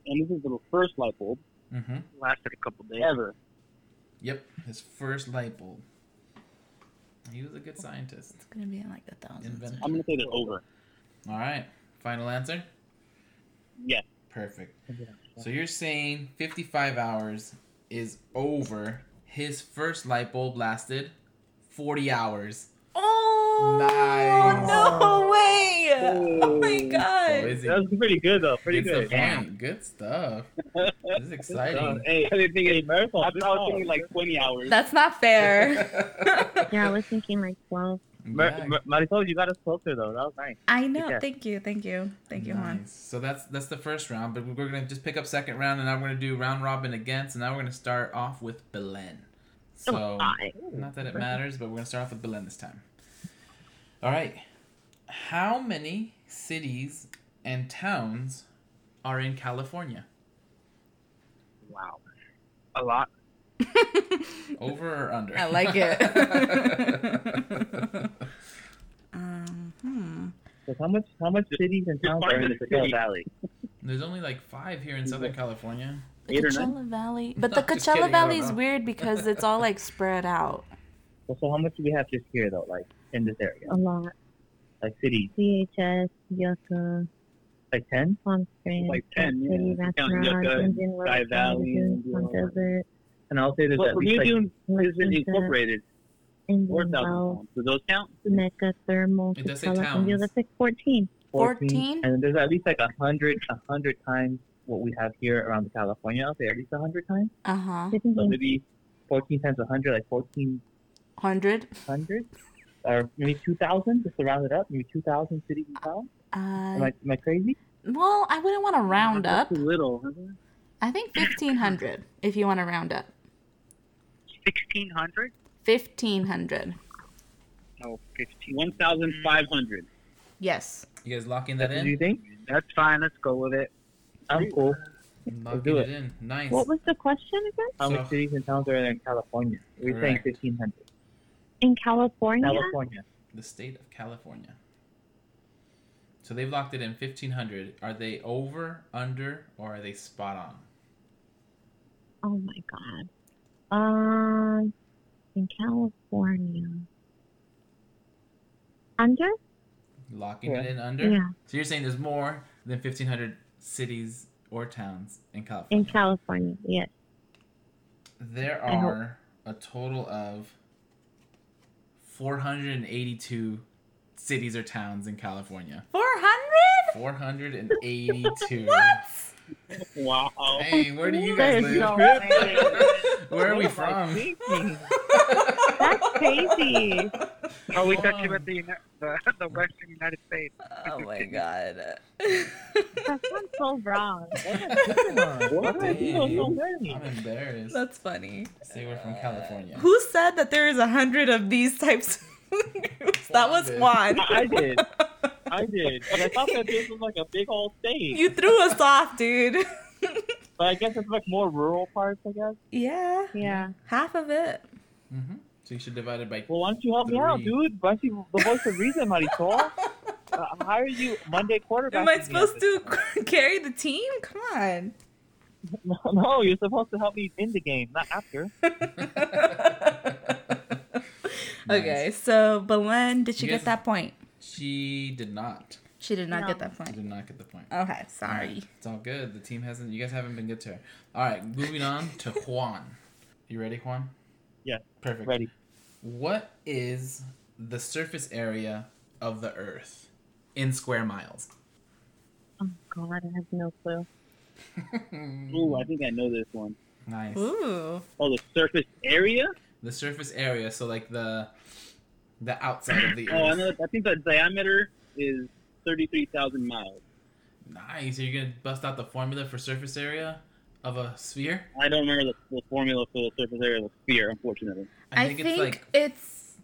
Speaker 5: And this is the first light bulb
Speaker 1: Mm-hmm.
Speaker 4: Lasted a couple days.
Speaker 5: ever.
Speaker 1: Yep, his first light bulb. He was a good scientist.
Speaker 2: It's going to be in like the thousands.
Speaker 1: Invent-
Speaker 5: I'm gonna say that over.
Speaker 1: All right, final answer.
Speaker 5: Yes.
Speaker 1: Perfect.
Speaker 6: Yeah.
Speaker 1: So you're saying 55 hours is over. His first light bulb lasted 40 hours.
Speaker 2: Oh!
Speaker 1: Nice.
Speaker 2: No way! Oh my
Speaker 1: So
Speaker 2: god.
Speaker 1: Izzy
Speaker 6: That was pretty good though. Pretty
Speaker 1: gets
Speaker 6: good.
Speaker 1: the point. Good stuff. This is
Speaker 5: Uh,
Speaker 1: exciting.
Speaker 5: hey,
Speaker 6: I didn't think it
Speaker 1: Oh,
Speaker 6: marathon.
Speaker 5: I thought I was thinking like 20 hours.
Speaker 2: That's not fair.
Speaker 3: Yeah, I was thinking like 12.
Speaker 6: Mar-
Speaker 1: Yeah.
Speaker 6: Mar- Marisol, you got us closer though. That was nice.
Speaker 2: I know.
Speaker 6: Yeah.
Speaker 2: Thank you. Thank you. Thank you, Juan.
Speaker 1: Nice. So that's that's the first round, but we're gonna just pick up second round, and now we're gonna do round robin again. So now we're gonna start off with Belen. So
Speaker 3: Hi.
Speaker 1: not that it matters, but we're gonna start off with Belen this time. All right. How many cities and towns are in California?
Speaker 4: Wow. A lot.
Speaker 1: Over or under?
Speaker 2: I like it. um, hmm.
Speaker 6: So how much how much cities and towns are in the Coachella Valley?
Speaker 1: There's only like five here in Southern California.
Speaker 2: The
Speaker 6: Eight or nine?
Speaker 2: Coachella Valley, but
Speaker 1: No,
Speaker 2: the
Speaker 1: I'm just
Speaker 2: Coachella
Speaker 1: kidding, I don't
Speaker 2: Valley is
Speaker 1: know.
Speaker 2: weird because it's all like spread out.
Speaker 6: So, so how much do we have just here though, like in this area,
Speaker 3: A lot.
Speaker 6: like cities,
Speaker 3: CHS, Yucca,
Speaker 6: like ten?
Speaker 3: Palm Springs,
Speaker 5: Like 10,
Speaker 3: City,
Speaker 5: yeah.
Speaker 3: Rancho
Speaker 5: Count Yucca,
Speaker 3: Mirage, Indian Wells,
Speaker 5: Sky Valley,
Speaker 3: Lagoon,
Speaker 5: and
Speaker 3: Palm
Speaker 5: Indian Wells.
Speaker 3: Desert,
Speaker 6: And I'll say there's
Speaker 5: But
Speaker 6: at
Speaker 5: New
Speaker 6: least like
Speaker 5: Dune is
Speaker 3: Lakota,
Speaker 5: incorporated. Four
Speaker 3: Indian Wells,
Speaker 5: thousand. Do those count?
Speaker 3: Mecca, Thermal,
Speaker 1: It does say
Speaker 3: Coachella,
Speaker 1: towns.
Speaker 3: Indio. That's like 14.
Speaker 6: 14,
Speaker 2: 14?
Speaker 6: and there's at least like a hundred a hundred times what we have here around California. I'll say at least a hundred times.
Speaker 2: Uh huh.
Speaker 3: Different
Speaker 6: So
Speaker 5: Oh,
Speaker 3: games.
Speaker 6: maybe fourteen times a hundred, like fourteen
Speaker 2: Hundred.
Speaker 6: hundred, or maybe two thousand, just to round it up. Maybe two thousand cities and towns. Am
Speaker 2: Uh,
Speaker 6: I, am I crazy?
Speaker 2: well, I wouldn't want to round
Speaker 5: That's
Speaker 2: up.
Speaker 5: Too little. isn't it?
Speaker 2: I think fifteen hundred. If you want to round up,
Speaker 4: 1,600?
Speaker 2: fifteen hundred.
Speaker 4: No, 15.
Speaker 5: One thousand five hundred.
Speaker 2: Yes.
Speaker 1: You guys locking that
Speaker 6: Do you
Speaker 1: in?
Speaker 6: think?
Speaker 4: That's fine. Let's go with it.
Speaker 6: I'm cool.
Speaker 1: Locking
Speaker 6: do
Speaker 1: it
Speaker 6: it.
Speaker 1: in. Nice.
Speaker 3: What was the question again?
Speaker 6: How
Speaker 1: So-
Speaker 6: many cities and towns are there in California? We're
Speaker 1: Correct.
Speaker 6: saying fifteen hundred.
Speaker 3: In California?
Speaker 6: California.
Speaker 1: the state of California. So they've locked it in 1500. Are they over, under, or are they spot on?
Speaker 3: Oh my god. Um, in California. Under?
Speaker 1: Locking it
Speaker 6: Yeah.
Speaker 1: in under?
Speaker 3: Yeah,
Speaker 1: So you're saying there's more than 1500 cities or towns in
Speaker 3: in
Speaker 1: California?
Speaker 3: California. Yes.
Speaker 1: there
Speaker 3: I hope-
Speaker 1: are a total of 482 cities or towns in California.
Speaker 2: Four hundred.
Speaker 1: 482.
Speaker 5: Wow.
Speaker 1: Dang, where do you guys
Speaker 3: There's
Speaker 1: live?
Speaker 3: no way.
Speaker 1: where are we
Speaker 6: What am I
Speaker 1: from?
Speaker 6: thinking?
Speaker 3: That's crazy.
Speaker 4: Oh, we
Speaker 1: Wow.
Speaker 4: talked about the, uni- the, the Western United States.
Speaker 2: Oh my god.
Speaker 3: That sounds so wrong.
Speaker 6: What?
Speaker 1: Dang.
Speaker 6: You know so many.
Speaker 1: I'm embarrassed.
Speaker 2: That's funny.
Speaker 1: Say we're from California.
Speaker 2: Who said that there is a hundred of these types? of groups? That was Juan.
Speaker 5: I I did. I did. And I thought that this was like a big old state.
Speaker 2: You threw us off, dude.
Speaker 5: But I guess it's like more rural parts, I guess.
Speaker 2: Yeah,
Speaker 3: Yeah.
Speaker 2: half of it.
Speaker 1: Mm-hmm. So you should divide it by.
Speaker 6: Well, why don't you help me out,
Speaker 1: Three.
Speaker 6: dude? Why don't you, the voice of reason, Marisol? Uh, hire you Monday quarterback.
Speaker 2: Am I
Speaker 6: to be on
Speaker 2: supposed
Speaker 6: this
Speaker 2: to
Speaker 6: show.
Speaker 2: carry the team? Come on.
Speaker 6: No, no, you're supposed to help me in the game, not after.
Speaker 2: Okay, so Belen, did she
Speaker 1: You
Speaker 2: get
Speaker 1: guys-
Speaker 2: that point?
Speaker 1: She did not.
Speaker 2: She did not
Speaker 3: No.
Speaker 2: get that
Speaker 1: She
Speaker 2: point.
Speaker 1: did not get the point.
Speaker 2: Okay, sorry.
Speaker 1: It's all good. The team hasn't. You guys haven't been good to her. All right, moving on to Juan. You ready, Juan?
Speaker 6: Yeah.
Speaker 1: Perfect.
Speaker 6: Ready.
Speaker 1: What is the surface area of the Earth in square miles?
Speaker 3: Oh god, I have no clue.
Speaker 5: Ooh, I think I know this one.
Speaker 1: nice.
Speaker 2: Ooh.
Speaker 5: Oh, the surface area?
Speaker 1: The surface area. So like the the outside of the
Speaker 5: Oh, I
Speaker 1: Earth.
Speaker 5: know. I think the diameter is 33,000 miles.
Speaker 1: Nice. Are you gonna bust out the formula for surface area of a sphere?
Speaker 5: I don't remember the, the formula for the surface area of a sphere, unfortunately.
Speaker 2: I think, it's,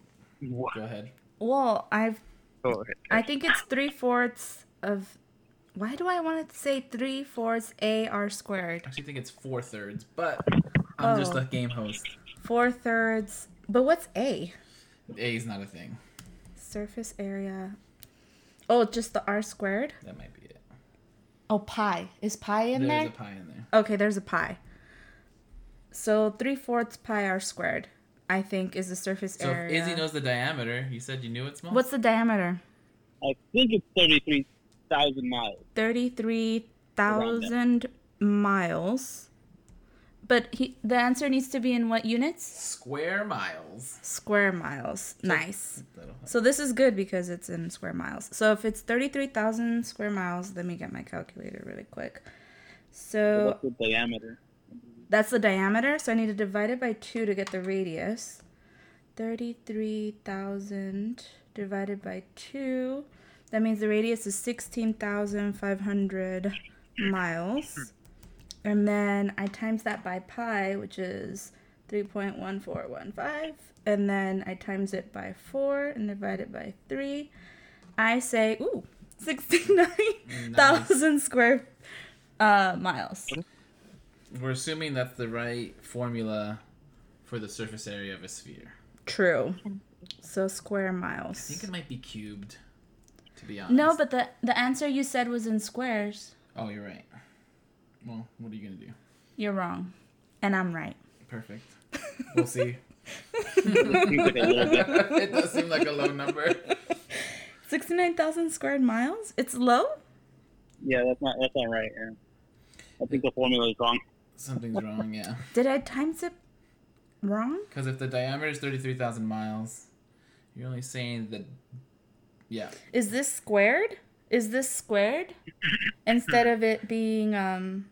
Speaker 4: Wow.
Speaker 1: Go ahead.
Speaker 2: well, I've
Speaker 4: Go
Speaker 2: I think it's three fourths of why do I want to say three fourths A R
Speaker 1: I
Speaker 2: squared?
Speaker 1: actually think it's four thirds, but I'm just
Speaker 2: Oh.
Speaker 1: the game host.
Speaker 2: Four thirds but what's A?
Speaker 1: A is not a thing.
Speaker 2: Surface area. Oh, just the R squared?
Speaker 1: That might be it.
Speaker 2: Oh pi. Is pi in
Speaker 1: There's
Speaker 2: there?
Speaker 1: a pie in there.
Speaker 2: Okay, there's a pi. So three fourths pi r squared, I think, is the surface
Speaker 1: So if
Speaker 2: area.
Speaker 1: Izzy knows the diameter, you said you knew it small.
Speaker 2: What's the diameter?
Speaker 5: I think it's 33,000 miles.
Speaker 2: Thirty-three thousand miles. But he, the answer needs to be in what units?
Speaker 1: square miles?
Speaker 2: Square miles. Nice.
Speaker 1: That'll help.
Speaker 2: So this is good because it's in square miles. So if it's thirty-three thousand square miles, let me get my calculator really quick.
Speaker 5: So
Speaker 2: So
Speaker 5: What's the diameter?
Speaker 2: That's the diameter, so I need to divide it by 2 to get the radius. 33,000 divided by 2. That means the radius is 16,500 miles. And then I times that by pi, which is 3.1415. And then I times it by 4 and divide it by 3. I say, ooh, 69,000 square uh, miles.
Speaker 1: We're assuming that's the right formula for the surface area of a sphere.
Speaker 2: True. So square
Speaker 1: I think
Speaker 2: miles.
Speaker 1: it might be cubed, to be honest.
Speaker 2: No, but the, the answer you said was in squares.
Speaker 1: Oh, you're right. Well, what are you going to do?
Speaker 2: You're wrong. And I'm right.
Speaker 1: Perfect. We'll see.
Speaker 6: Keep it a little bit.
Speaker 1: it does seem like a low number.
Speaker 2: 69,000 squared miles? It's low?
Speaker 5: Yeah, that's not that's not right. Aaron. I think the formula is wrong.
Speaker 1: Something's wrong, yeah.
Speaker 2: Did I times it wrong?
Speaker 1: Because if the diameter is 33,000 miles, you're only saying that. Yeah.
Speaker 2: Is this squared? Is this squared? Instead of it being um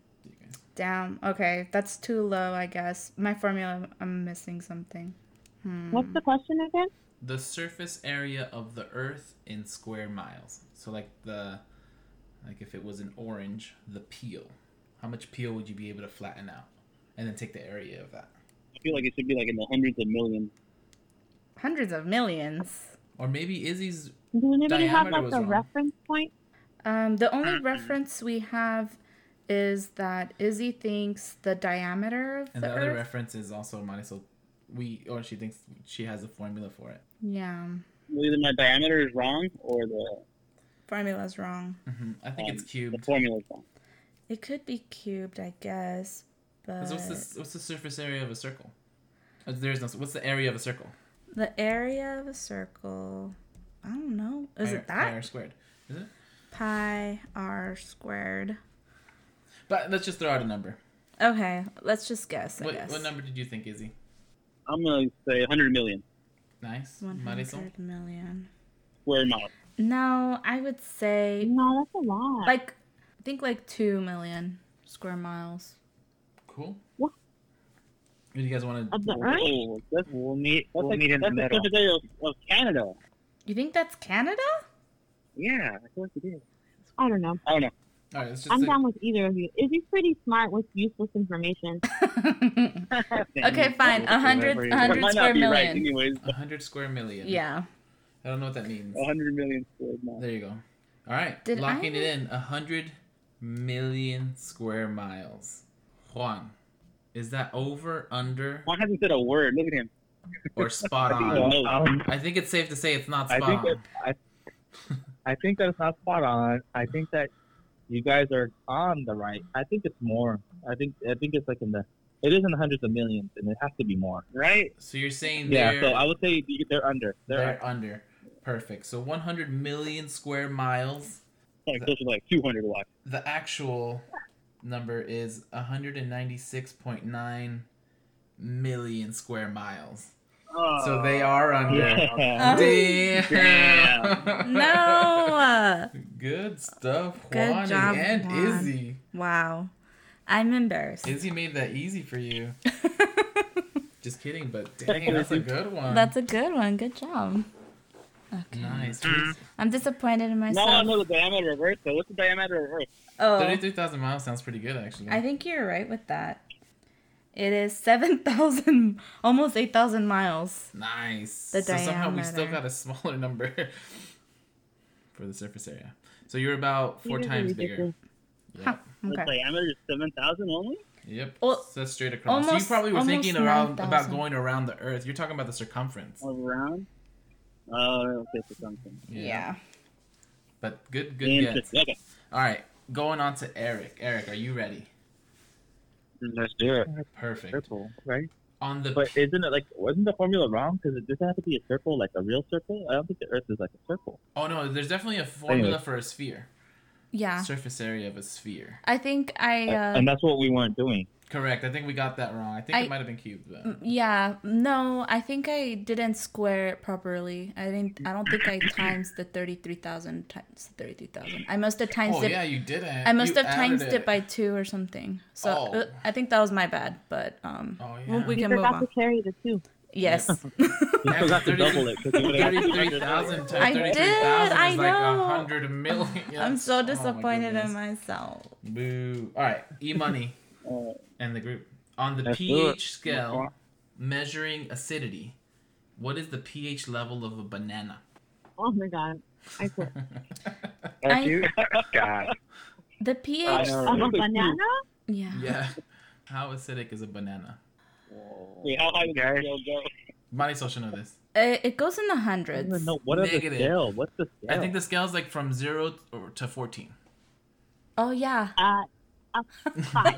Speaker 2: down. Okay, that's too low, I guess. My formula, I'm missing something. Hmm.
Speaker 3: What's the question again?
Speaker 1: The surface area of the Earth in square miles. So, like the. Like if it was an orange, the peel. How much peel would you be able to flatten out? And then take the area of that.
Speaker 5: I feel like it should be like in the hundreds of millions.
Speaker 2: Hundreds of millions.
Speaker 1: Or maybe Izzy's.
Speaker 3: Do anybody
Speaker 1: Diameter
Speaker 3: have like
Speaker 1: was
Speaker 3: a
Speaker 1: wrong.
Speaker 3: reference point?
Speaker 2: Um, the only
Speaker 1: Mm-hmm.
Speaker 2: reference we have is that Izzy thinks the diameter of
Speaker 1: And
Speaker 2: the,
Speaker 1: the other
Speaker 2: Earth.
Speaker 1: reference is also Marisol. We or she thinks she has a formula for it.
Speaker 2: yeah,
Speaker 5: Either my diameter is wrong or the
Speaker 2: formula's wrong.
Speaker 1: hmm I think it's
Speaker 5: um, The
Speaker 1: cubed.
Speaker 5: formula is wrong.
Speaker 2: It could be cubed, I guess, but
Speaker 1: 'Cause What's the what's the surface area of a circle? Uh, There's no. What's the area of a circle?
Speaker 2: the area of a circle. I don't know. Is
Speaker 1: Pi-
Speaker 2: it
Speaker 1: pi
Speaker 2: that
Speaker 1: r squared? Is it?
Speaker 2: pi r squared?
Speaker 1: But let's just throw out a number.
Speaker 2: Okay, let's just guess. I
Speaker 1: What,
Speaker 2: guess
Speaker 1: what number did you think, Izzy?
Speaker 5: I'm gonna say 100 million
Speaker 1: Nice.
Speaker 2: One
Speaker 1: Marisol.
Speaker 2: hundred million.
Speaker 5: square miles.
Speaker 2: No, I would say
Speaker 3: No, that's a lot.
Speaker 2: like I think like two million square miles.
Speaker 1: Cool.
Speaker 3: What?
Speaker 1: Do you guys want to?
Speaker 3: of the Earth?
Speaker 6: Oh, that's, we'll meet.
Speaker 5: That's
Speaker 6: We'll
Speaker 5: like,
Speaker 6: meet in the
Speaker 5: that's the
Speaker 6: middle.
Speaker 5: surface area of, of Canada.
Speaker 2: You think that's Canada?
Speaker 6: Yeah, I feel like we did.
Speaker 3: I don't know.
Speaker 5: I don't know.
Speaker 1: All right. Let's just.
Speaker 3: I'm
Speaker 1: say-
Speaker 3: down with either of you. Izzy's pretty smart with useless information.
Speaker 2: okay, fine. A hundred,
Speaker 6: Whatever
Speaker 2: a
Speaker 6: you-
Speaker 5: It
Speaker 2: hundred
Speaker 5: might
Speaker 2: square
Speaker 5: not be right,
Speaker 2: million.
Speaker 5: anyways.
Speaker 1: a 100 square million.
Speaker 2: Yeah.
Speaker 1: I don't know what that means.
Speaker 5: 100 million square miles.
Speaker 1: There you go. All right.
Speaker 2: Did
Speaker 1: Locking
Speaker 2: I-
Speaker 1: it in. 100 million square miles. Juan, is that over, under,
Speaker 5: Juan hasn't said a word. Look at him.
Speaker 1: or spot
Speaker 5: I think
Speaker 1: on?
Speaker 5: he knows.
Speaker 6: Um,
Speaker 1: I think it's safe to say it's not
Speaker 6: I
Speaker 1: spot
Speaker 6: think
Speaker 1: on.
Speaker 6: that I, I think that's not spot on. I think that you guys are on the right. I think it's more. I think I think it's like in the. It is in the hundreds of millions, and it has to be more.
Speaker 5: Right?
Speaker 1: So you're saying
Speaker 6: Yeah.
Speaker 1: they're,
Speaker 6: So I would say you- they're under. They're,
Speaker 1: they're under. Perfect. So 100 million square miles.
Speaker 5: Like closer to like 200 watts.
Speaker 1: The actual number is 196.9 million square miles. So they
Speaker 4: Oh.
Speaker 2: Oh.
Speaker 1: are under.
Speaker 2: Uh,
Speaker 1: Damn.
Speaker 2: No.
Speaker 1: Good stuff,
Speaker 2: Good
Speaker 1: Juan
Speaker 2: job,
Speaker 1: and
Speaker 2: Juan.
Speaker 1: Izzy.
Speaker 2: wow. I'm embarrassed.
Speaker 1: Izzy made that easy for you. Just kidding, but dang, that's a good one.
Speaker 2: That's a good one. Good job. Okay.
Speaker 1: nice.
Speaker 2: I'm disappointed in
Speaker 5: Now I
Speaker 2: myself.
Speaker 5: know the diameter of Earth, so what's the diameter of Earth?
Speaker 2: oh,
Speaker 1: Thirty-three thousand miles sounds pretty good, actually.
Speaker 2: I think you're right with that. It is 7,000, almost 8,000 miles.
Speaker 1: Nice.
Speaker 2: The
Speaker 1: so somehow we still
Speaker 2: diameter.
Speaker 1: got a smaller number for the surface area. So you're about four
Speaker 3: These are
Speaker 1: times bigger.
Speaker 3: ridiculous.
Speaker 1: Yep.
Speaker 5: The
Speaker 2: Okay.
Speaker 5: diameter is 7,000 only?
Speaker 1: Yep.
Speaker 2: Well,
Speaker 1: so that's straight across. so you
Speaker 2: almost-
Speaker 1: probably were
Speaker 2: almost
Speaker 1: thinking around about
Speaker 2: 9,000.
Speaker 1: going around the Earth. You're talking about the circumference.
Speaker 5: Around? Oh, okay, for something.
Speaker 2: Yeah.
Speaker 1: But good, good guess.
Speaker 5: Interesting. Okay.
Speaker 1: All right, going on to Eric. Eric, are you ready?
Speaker 6: Mm, Let's do it.
Speaker 1: Perfect.
Speaker 6: Circle, right?
Speaker 1: On the
Speaker 6: But isn't it like? Wasn't the formula wrong? Because it doesn't have to be a circle, like a real circle. I don't think the Earth is like a circle.
Speaker 1: oh no, there's definitely a formula
Speaker 6: Anyway.
Speaker 1: for a sphere.
Speaker 2: Yeah.
Speaker 1: Surface area of a sphere.
Speaker 2: I think I, uh,
Speaker 6: And that's what we weren't doing.
Speaker 1: Correct. I think we got that wrong. I think
Speaker 2: I-
Speaker 1: it might have been cubed though.
Speaker 2: m- Mm, yeah, no, I think I didn't square it properly. I didn't, I don't think I times the 33,000 times the 33,000. I must have times
Speaker 1: Oh
Speaker 2: it.
Speaker 1: yeah, you did it.
Speaker 2: I must
Speaker 1: You
Speaker 2: have
Speaker 1: added
Speaker 2: times it. by two or something. So
Speaker 1: Oh.
Speaker 2: uh, I think that was my bad, but um,
Speaker 1: Oh,
Speaker 2: we- we
Speaker 1: yeah.
Speaker 3: You
Speaker 2: can move
Speaker 3: forgot
Speaker 2: on.
Speaker 3: to carry the two.
Speaker 2: Yes.
Speaker 5: You
Speaker 1: Yeah,
Speaker 5: forgot
Speaker 1: 30
Speaker 5: to double it. 'cause you would've had
Speaker 1: 33,000 times
Speaker 2: I did,
Speaker 1: 33,000
Speaker 2: I
Speaker 1: is like
Speaker 2: know.
Speaker 1: 100 million.
Speaker 2: I'm
Speaker 1: Oh
Speaker 2: so
Speaker 1: my
Speaker 2: disappointed in
Speaker 1: goodness.
Speaker 2: myself.
Speaker 1: Boo. All right, E Money
Speaker 6: Uh,
Speaker 1: and the group. On the
Speaker 5: That's
Speaker 1: pH
Speaker 5: it.
Speaker 1: scale, measuring acidity, what is the pH level of a banana?
Speaker 3: Oh my god. I quit.
Speaker 2: I-
Speaker 6: you? God.
Speaker 2: The pH.
Speaker 5: I know.
Speaker 3: Oh, a
Speaker 5: Number two.
Speaker 3: banana?
Speaker 2: Yeah.
Speaker 1: yeah. How acidic is a banana?
Speaker 5: Wait, how high would
Speaker 6: Guys.
Speaker 5: the scale go?
Speaker 1: Monty Social know this.
Speaker 2: It, Uh, it goes in the
Speaker 5: I don't
Speaker 2: hundreds.
Speaker 5: even know. What are the
Speaker 1: Negative.
Speaker 5: scale? What's the scale?
Speaker 1: I think the scale's like from 0 or to 14.
Speaker 2: Oh yeah.
Speaker 3: Uh, uh, five.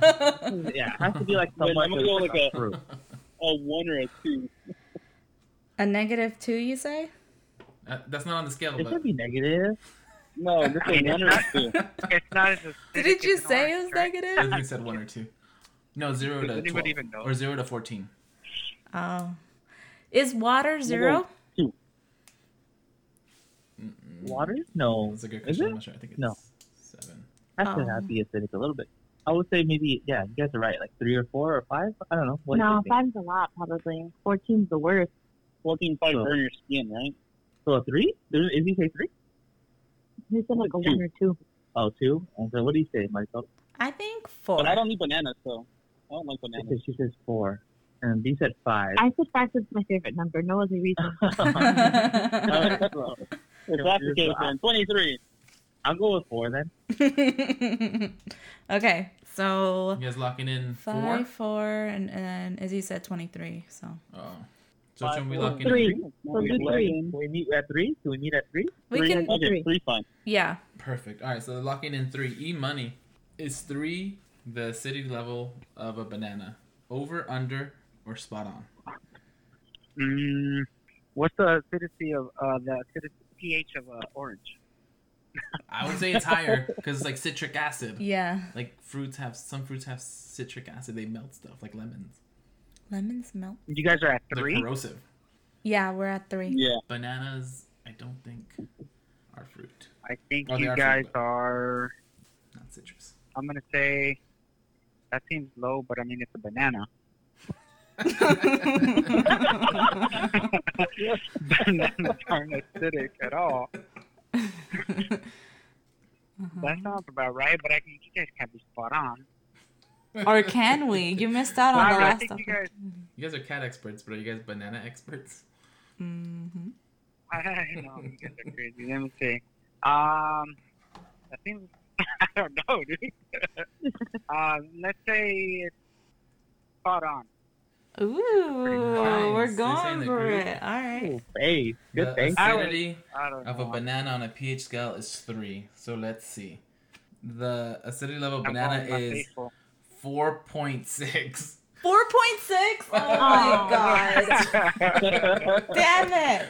Speaker 6: Yeah, it has to be like
Speaker 5: Wait,
Speaker 6: so much
Speaker 5: I'm gonna go
Speaker 6: of
Speaker 5: like a,
Speaker 6: fruit.
Speaker 5: a one or a two.
Speaker 2: A negative two, you say?
Speaker 1: Uh, that's not on the scale,
Speaker 6: It
Speaker 1: but
Speaker 6: should be negative.
Speaker 5: No, just
Speaker 4: I mean,
Speaker 5: a
Speaker 4: it's
Speaker 5: one or a two.
Speaker 4: It's not as. acidic
Speaker 2: Didn't you
Speaker 4: as an
Speaker 2: say it
Speaker 4: orange,
Speaker 2: was
Speaker 4: right?
Speaker 1: I
Speaker 2: negative?
Speaker 1: think he said 1 or 2. No, 0
Speaker 4: Does
Speaker 1: to
Speaker 4: anyone
Speaker 1: 12.
Speaker 4: even know?
Speaker 1: Or 0 to 14.
Speaker 2: Oh. Is water zero?
Speaker 1: Mm-mm.
Speaker 6: Water? No.
Speaker 1: That's a good
Speaker 6: Is
Speaker 1: question.
Speaker 6: it?
Speaker 1: I'm not sure. I think it's
Speaker 6: No.
Speaker 1: seven.
Speaker 6: Has to
Speaker 2: Um.
Speaker 6: have be acidic a little bit. I would say maybe yeah, you guys are right, like three or four or five. I don't know. do you
Speaker 3: no,
Speaker 6: think?
Speaker 3: five's a lot, probably. Fourteen's the worst.
Speaker 5: Fourteen five
Speaker 6: So-
Speaker 5: burn your skin, right?
Speaker 6: So a three? There- Is he say three?
Speaker 3: He said like a one or two.
Speaker 6: Oh, two. And so what do you say, Michael?
Speaker 2: I think four.
Speaker 5: But I don't need bananas, so I don't like
Speaker 6: Because
Speaker 5: bananas.
Speaker 6: she says four, and he said five.
Speaker 3: I said five is my favorite number. No other reason.
Speaker 5: All right, that's wrong. If that's the case, then twenty-three.
Speaker 6: I'll go with four then.
Speaker 2: okay, so
Speaker 1: You guys locking in
Speaker 2: five, four,
Speaker 1: four?
Speaker 2: and and as you said, twenty-three. So
Speaker 1: Oh. So should we
Speaker 5: Five,
Speaker 1: lock in? at-
Speaker 5: four,
Speaker 3: Three.
Speaker 4: uh,
Speaker 5: No,
Speaker 3: Three.
Speaker 5: you're
Speaker 6: Like,
Speaker 5: right.
Speaker 6: Can we meet at three? Can we meet at three?
Speaker 2: we
Speaker 5: Three.
Speaker 2: can,
Speaker 5: Okay, three fine.
Speaker 2: yeah.
Speaker 1: Perfect. All right, so locking in three. E money is three the city level of a banana. Over, under, or spot on.
Speaker 4: Mm, what's the acidity of uh, the acidity pH of uh, orange?
Speaker 1: I would say it's higher because it's like citric acid.
Speaker 2: Yeah,
Speaker 1: Like fruits have some fruits have citric acid. They melt stuff like lemons.
Speaker 2: lemons melt.
Speaker 4: You guys are at
Speaker 1: They're
Speaker 4: three.
Speaker 1: corrosive.
Speaker 2: Yeah, we're at three.
Speaker 5: Yeah.
Speaker 1: Bananas, I don't think are fruit,
Speaker 4: I think
Speaker 1: Oh, they
Speaker 4: you
Speaker 1: are fruit,
Speaker 4: guys
Speaker 1: but-
Speaker 4: are.
Speaker 1: not citrus.
Speaker 4: I'm gonna say that seems low, but I mean it's a banana. Bananas aren't acidic at all. That sounds about right, but I think you guys can't be spot on.
Speaker 2: or can we? You missed out on
Speaker 4: Wow,
Speaker 2: the
Speaker 4: I
Speaker 2: last
Speaker 4: think
Speaker 2: stuff.
Speaker 4: you guys.
Speaker 1: You guys are cat experts, but are you guys banana experts?
Speaker 2: Mhm.
Speaker 4: I know you guys are crazy. Let me see. Um, I think I don't know, dude. um, let's say it's spot on.
Speaker 2: Ooh,
Speaker 1: nice.
Speaker 2: we're
Speaker 1: This ain't
Speaker 2: going
Speaker 1: a
Speaker 2: for
Speaker 1: group.
Speaker 2: it. All right.
Speaker 6: Ooh, Hey, good
Speaker 1: the
Speaker 6: thing.
Speaker 1: acidity
Speaker 4: I don't
Speaker 1: of
Speaker 4: know.
Speaker 1: a banana on a pH scale is three. So let's see. The acidity level of
Speaker 4: I'm
Speaker 1: banana
Speaker 4: calling my
Speaker 1: is
Speaker 4: faithful.
Speaker 1: four point six.
Speaker 2: Four point six. Oh my
Speaker 3: Oh.
Speaker 2: god! Damn it!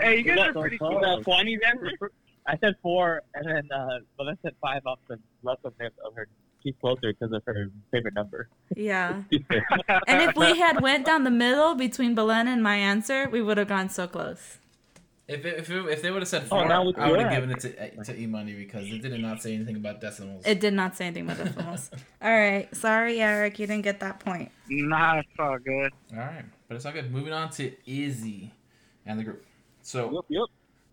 Speaker 4: hey, you guys
Speaker 6: That's
Speaker 4: are pretty
Speaker 6: so
Speaker 4: cool.
Speaker 6: close.
Speaker 5: Twenty then.
Speaker 6: I said four, and then uh, well, I said five off the left of her. Of her she's closer because of her favorite number.
Speaker 2: Yeah.
Speaker 6: Stupid.
Speaker 2: And if we had went down the middle between Belen and my answer, we would have gone so close.
Speaker 1: If it, if, it, if they would have
Speaker 4: Oh,
Speaker 1: said four,
Speaker 6: now it's
Speaker 1: I would have
Speaker 6: correct.
Speaker 1: given it to to E Money because it did not say anything about decimals.
Speaker 2: It did not say anything about decimals. All right. Sorry, Eric, you didn't get that point.
Speaker 4: Nah, it's all good.
Speaker 1: All right, but it's all good. Moving on to Izzy and the group. So,
Speaker 5: Yep, yep.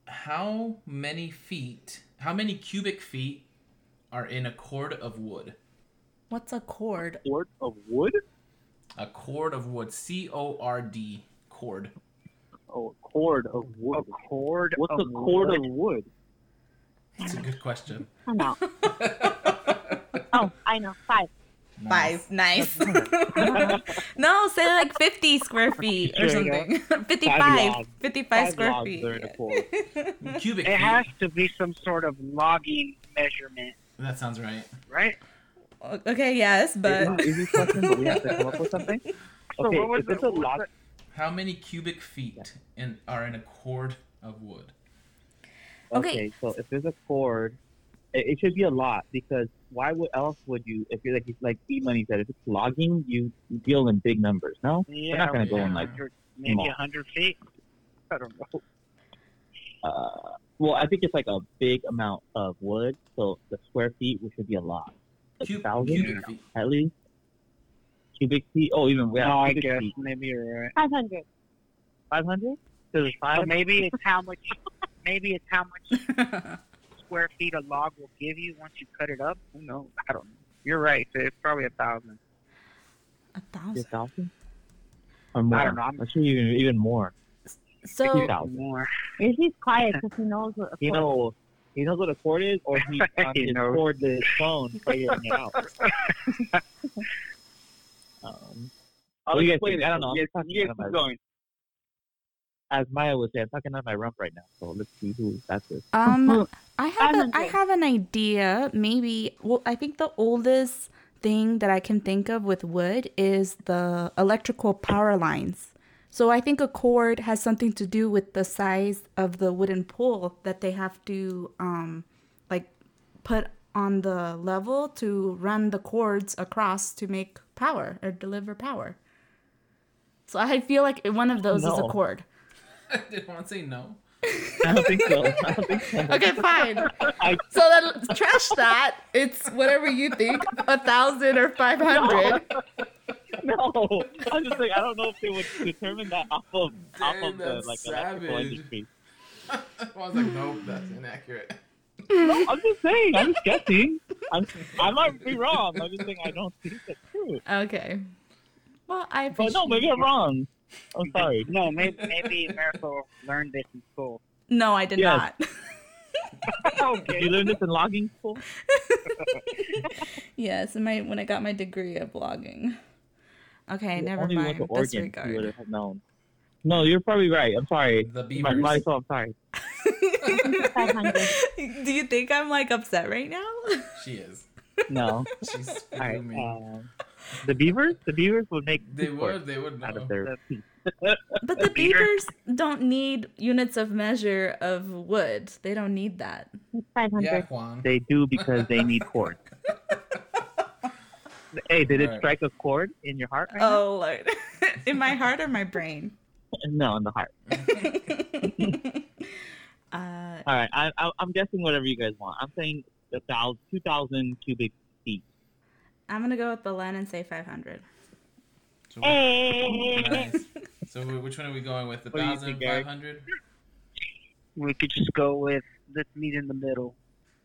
Speaker 1: how many feet? How many cubic feet are in a cord of wood?
Speaker 2: What's a cord?
Speaker 5: Board of wood.
Speaker 1: A cord of wood. C O R D. Cord.
Speaker 5: Oh, a cord of
Speaker 4: A
Speaker 5: wood.
Speaker 4: cord.
Speaker 5: What's
Speaker 4: of
Speaker 5: a cord
Speaker 4: wood?
Speaker 5: of wood?
Speaker 1: It's a good question.
Speaker 3: Come out. Oh, I know. Five.
Speaker 1: Nice.
Speaker 2: Five. Nice. no, say like 50 square feet or
Speaker 5: There you go.
Speaker 2: something. 55.
Speaker 5: logs.
Speaker 2: 55
Speaker 5: Five
Speaker 2: square
Speaker 5: logs
Speaker 2: feet.
Speaker 5: are in a cord.
Speaker 1: Cubic
Speaker 4: It has
Speaker 1: feet.
Speaker 4: to be some sort of logging measurement,
Speaker 1: That sounds right.
Speaker 4: right?
Speaker 2: Okay, yes, but.
Speaker 6: is this question? But we have to come up with something.
Speaker 4: So
Speaker 6: Okay,
Speaker 4: what was
Speaker 6: if it's
Speaker 4: the-
Speaker 6: a
Speaker 4: what was
Speaker 6: lot,
Speaker 1: How many cubic feet in, are in a cord of wood?
Speaker 2: Okay.
Speaker 6: okay. so if there's a cord, it, it should be a lot because why would else would you if you're like like e money said if it's logging you deal in big numbers no
Speaker 4: Yeah,
Speaker 6: not gonna
Speaker 1: go in,
Speaker 4: yeah.
Speaker 6: like,
Speaker 4: maybe
Speaker 6: small.
Speaker 4: a hundred feet. I don't know.
Speaker 6: uh, well I think it's like a big amount of wood so the square feet which should be a lot like
Speaker 1: Cub-
Speaker 6: thousand
Speaker 1: cubic feet.
Speaker 6: at least cubic feet oh even yeah
Speaker 4: no, I
Speaker 6: cubic
Speaker 4: guess
Speaker 6: feet.
Speaker 4: maybe you're right.
Speaker 3: Five hundred.
Speaker 6: Five hundred? Because it's
Speaker 4: So
Speaker 6: five.
Speaker 4: maybe it's how much. Maybe it's how much square feet a log will give you once you cut it up. Who knows? I don't know. You're right. So it's probably a thousand.
Speaker 2: A
Speaker 6: Your
Speaker 2: thousand.
Speaker 6: thousand? Or more?
Speaker 4: I don't know. I'm-
Speaker 6: I'm sure even even more. Two
Speaker 2: So
Speaker 6: thousand.
Speaker 4: More.
Speaker 3: If he's quiet, because he knows what.
Speaker 6: He knows. He knows what a cord is, or he on
Speaker 4: He
Speaker 6: his
Speaker 4: knows.
Speaker 6: cord to his phone figuring it out. um,
Speaker 5: I'll
Speaker 6: What do you guys
Speaker 5: explain
Speaker 6: think?
Speaker 5: it.
Speaker 6: I don't know. I'm
Speaker 5: You
Speaker 6: just
Speaker 5: guys,
Speaker 6: talking
Speaker 5: you guys
Speaker 6: out of
Speaker 5: keep
Speaker 6: my-
Speaker 5: going.
Speaker 6: as Maya would say, I'm talking out my rump right now. So let's see who that's with.
Speaker 2: Um, I have a,
Speaker 3: Diamond
Speaker 2: I
Speaker 3: ring.
Speaker 2: have an idea. Maybe well, I think the oldest thing that I can think of with wood is the electrical power lines. So I think a cord has something to do with the size of the wooden pole that they have to um, like put on the level to run the cords across to make power or deliver power. So I feel like one of those is a
Speaker 6: No.
Speaker 2: cord.
Speaker 1: Did Juan say no?
Speaker 6: I don't think so. I don't think so.
Speaker 2: Okay, fine.
Speaker 6: I,
Speaker 2: So then trash that. It's whatever you think, a thousand or five hundred.
Speaker 6: no. I'm just like I don't know if they would determine that off of off
Speaker 1: Dang,
Speaker 6: of the
Speaker 1: that's
Speaker 6: like electrical
Speaker 1: savage.
Speaker 6: industry.
Speaker 1: Juan's like, nope, that's inaccurate.
Speaker 6: No, I'm just saying. I'm just guessing. I'm, I might be wrong. I'm just saying I don't think that's true.
Speaker 2: Okay. Well, I
Speaker 6: But
Speaker 2: appreciate.
Speaker 6: no, maybe I'm wrong. I'm sorry.
Speaker 4: No, maybe maybe Miracle learned this in school.
Speaker 2: No, I did
Speaker 6: Yes.
Speaker 2: not.
Speaker 6: Did you
Speaker 4: okay.
Speaker 6: learn this in logging school?
Speaker 2: yes, in my when I got my degree of blogging. Okay,
Speaker 6: You
Speaker 2: never
Speaker 6: only went
Speaker 2: mind.
Speaker 6: to Oregon. You would
Speaker 2: Disregard.
Speaker 6: have known. No, you're probably right. I'm sorry.
Speaker 1: The
Speaker 6: My,
Speaker 1: Beavers.
Speaker 6: my fault. I'm sorry.
Speaker 2: Do you think I'm like upset right now?
Speaker 1: She is.
Speaker 6: No.
Speaker 1: She's
Speaker 6: All right.
Speaker 1: screaming.
Speaker 6: Um, the beavers. The beavers would make
Speaker 1: They
Speaker 6: two
Speaker 1: would, they would
Speaker 6: out
Speaker 1: know.
Speaker 6: of their
Speaker 2: But the
Speaker 4: Peter?
Speaker 2: beavers don't need units of measure of wood. They don't need that.
Speaker 3: Five hundred.
Speaker 1: Yeah, Juan.
Speaker 6: They do because they need cord. hey, did it
Speaker 1: Alright.
Speaker 6: strike a chord in your heart? Right
Speaker 2: Oh lord, in my heart or my brain.
Speaker 6: now? No, in the heart.
Speaker 2: Uh,
Speaker 6: All right, I, I, I'm guessing whatever you guys want. I'm saying a thousand, two thousand cubic.
Speaker 2: I'm gonna go with the line and say 500.
Speaker 1: So,
Speaker 3: Hey.
Speaker 1: nice. so wh- which one are we going with? The
Speaker 4: What do you think,
Speaker 1: thousand,
Speaker 4: Gary?
Speaker 1: five hundred,
Speaker 4: We could just go with let's meet in the middle.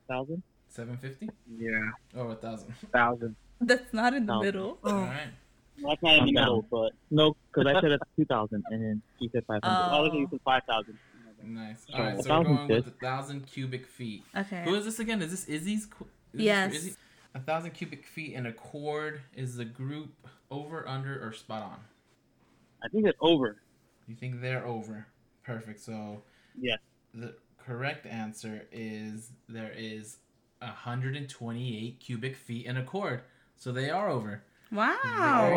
Speaker 4: Thousand.
Speaker 1: seven fifty,
Speaker 4: Yeah,
Speaker 1: or a thousand?
Speaker 4: thousand.
Speaker 2: That's not in the
Speaker 6: No.
Speaker 2: middle.
Speaker 1: All right.
Speaker 5: That's not
Speaker 6: in the middle,
Speaker 5: but
Speaker 6: No, because I said it's two thousand, and then she said five hundred.
Speaker 2: Oh. I was thinking
Speaker 6: five thousand.
Speaker 1: Nice.
Speaker 6: Oh,
Speaker 1: All right, so we're
Speaker 6: a thousand
Speaker 1: going with
Speaker 6: good.
Speaker 1: a thousand cubic feet.
Speaker 2: Okay.
Speaker 1: Who is this again? Is this Izzy's? qu- Is this for
Speaker 2: Yes.
Speaker 1: Izzy? A thousand cubic feet and a chord is the group over, under, or spot on.
Speaker 6: I think it's over.
Speaker 1: You think they're over? Perfect. So
Speaker 6: Yeah.
Speaker 1: the correct answer is there is hundred and twenty-eight cubic feet and a chord, so they are over.
Speaker 2: Wow.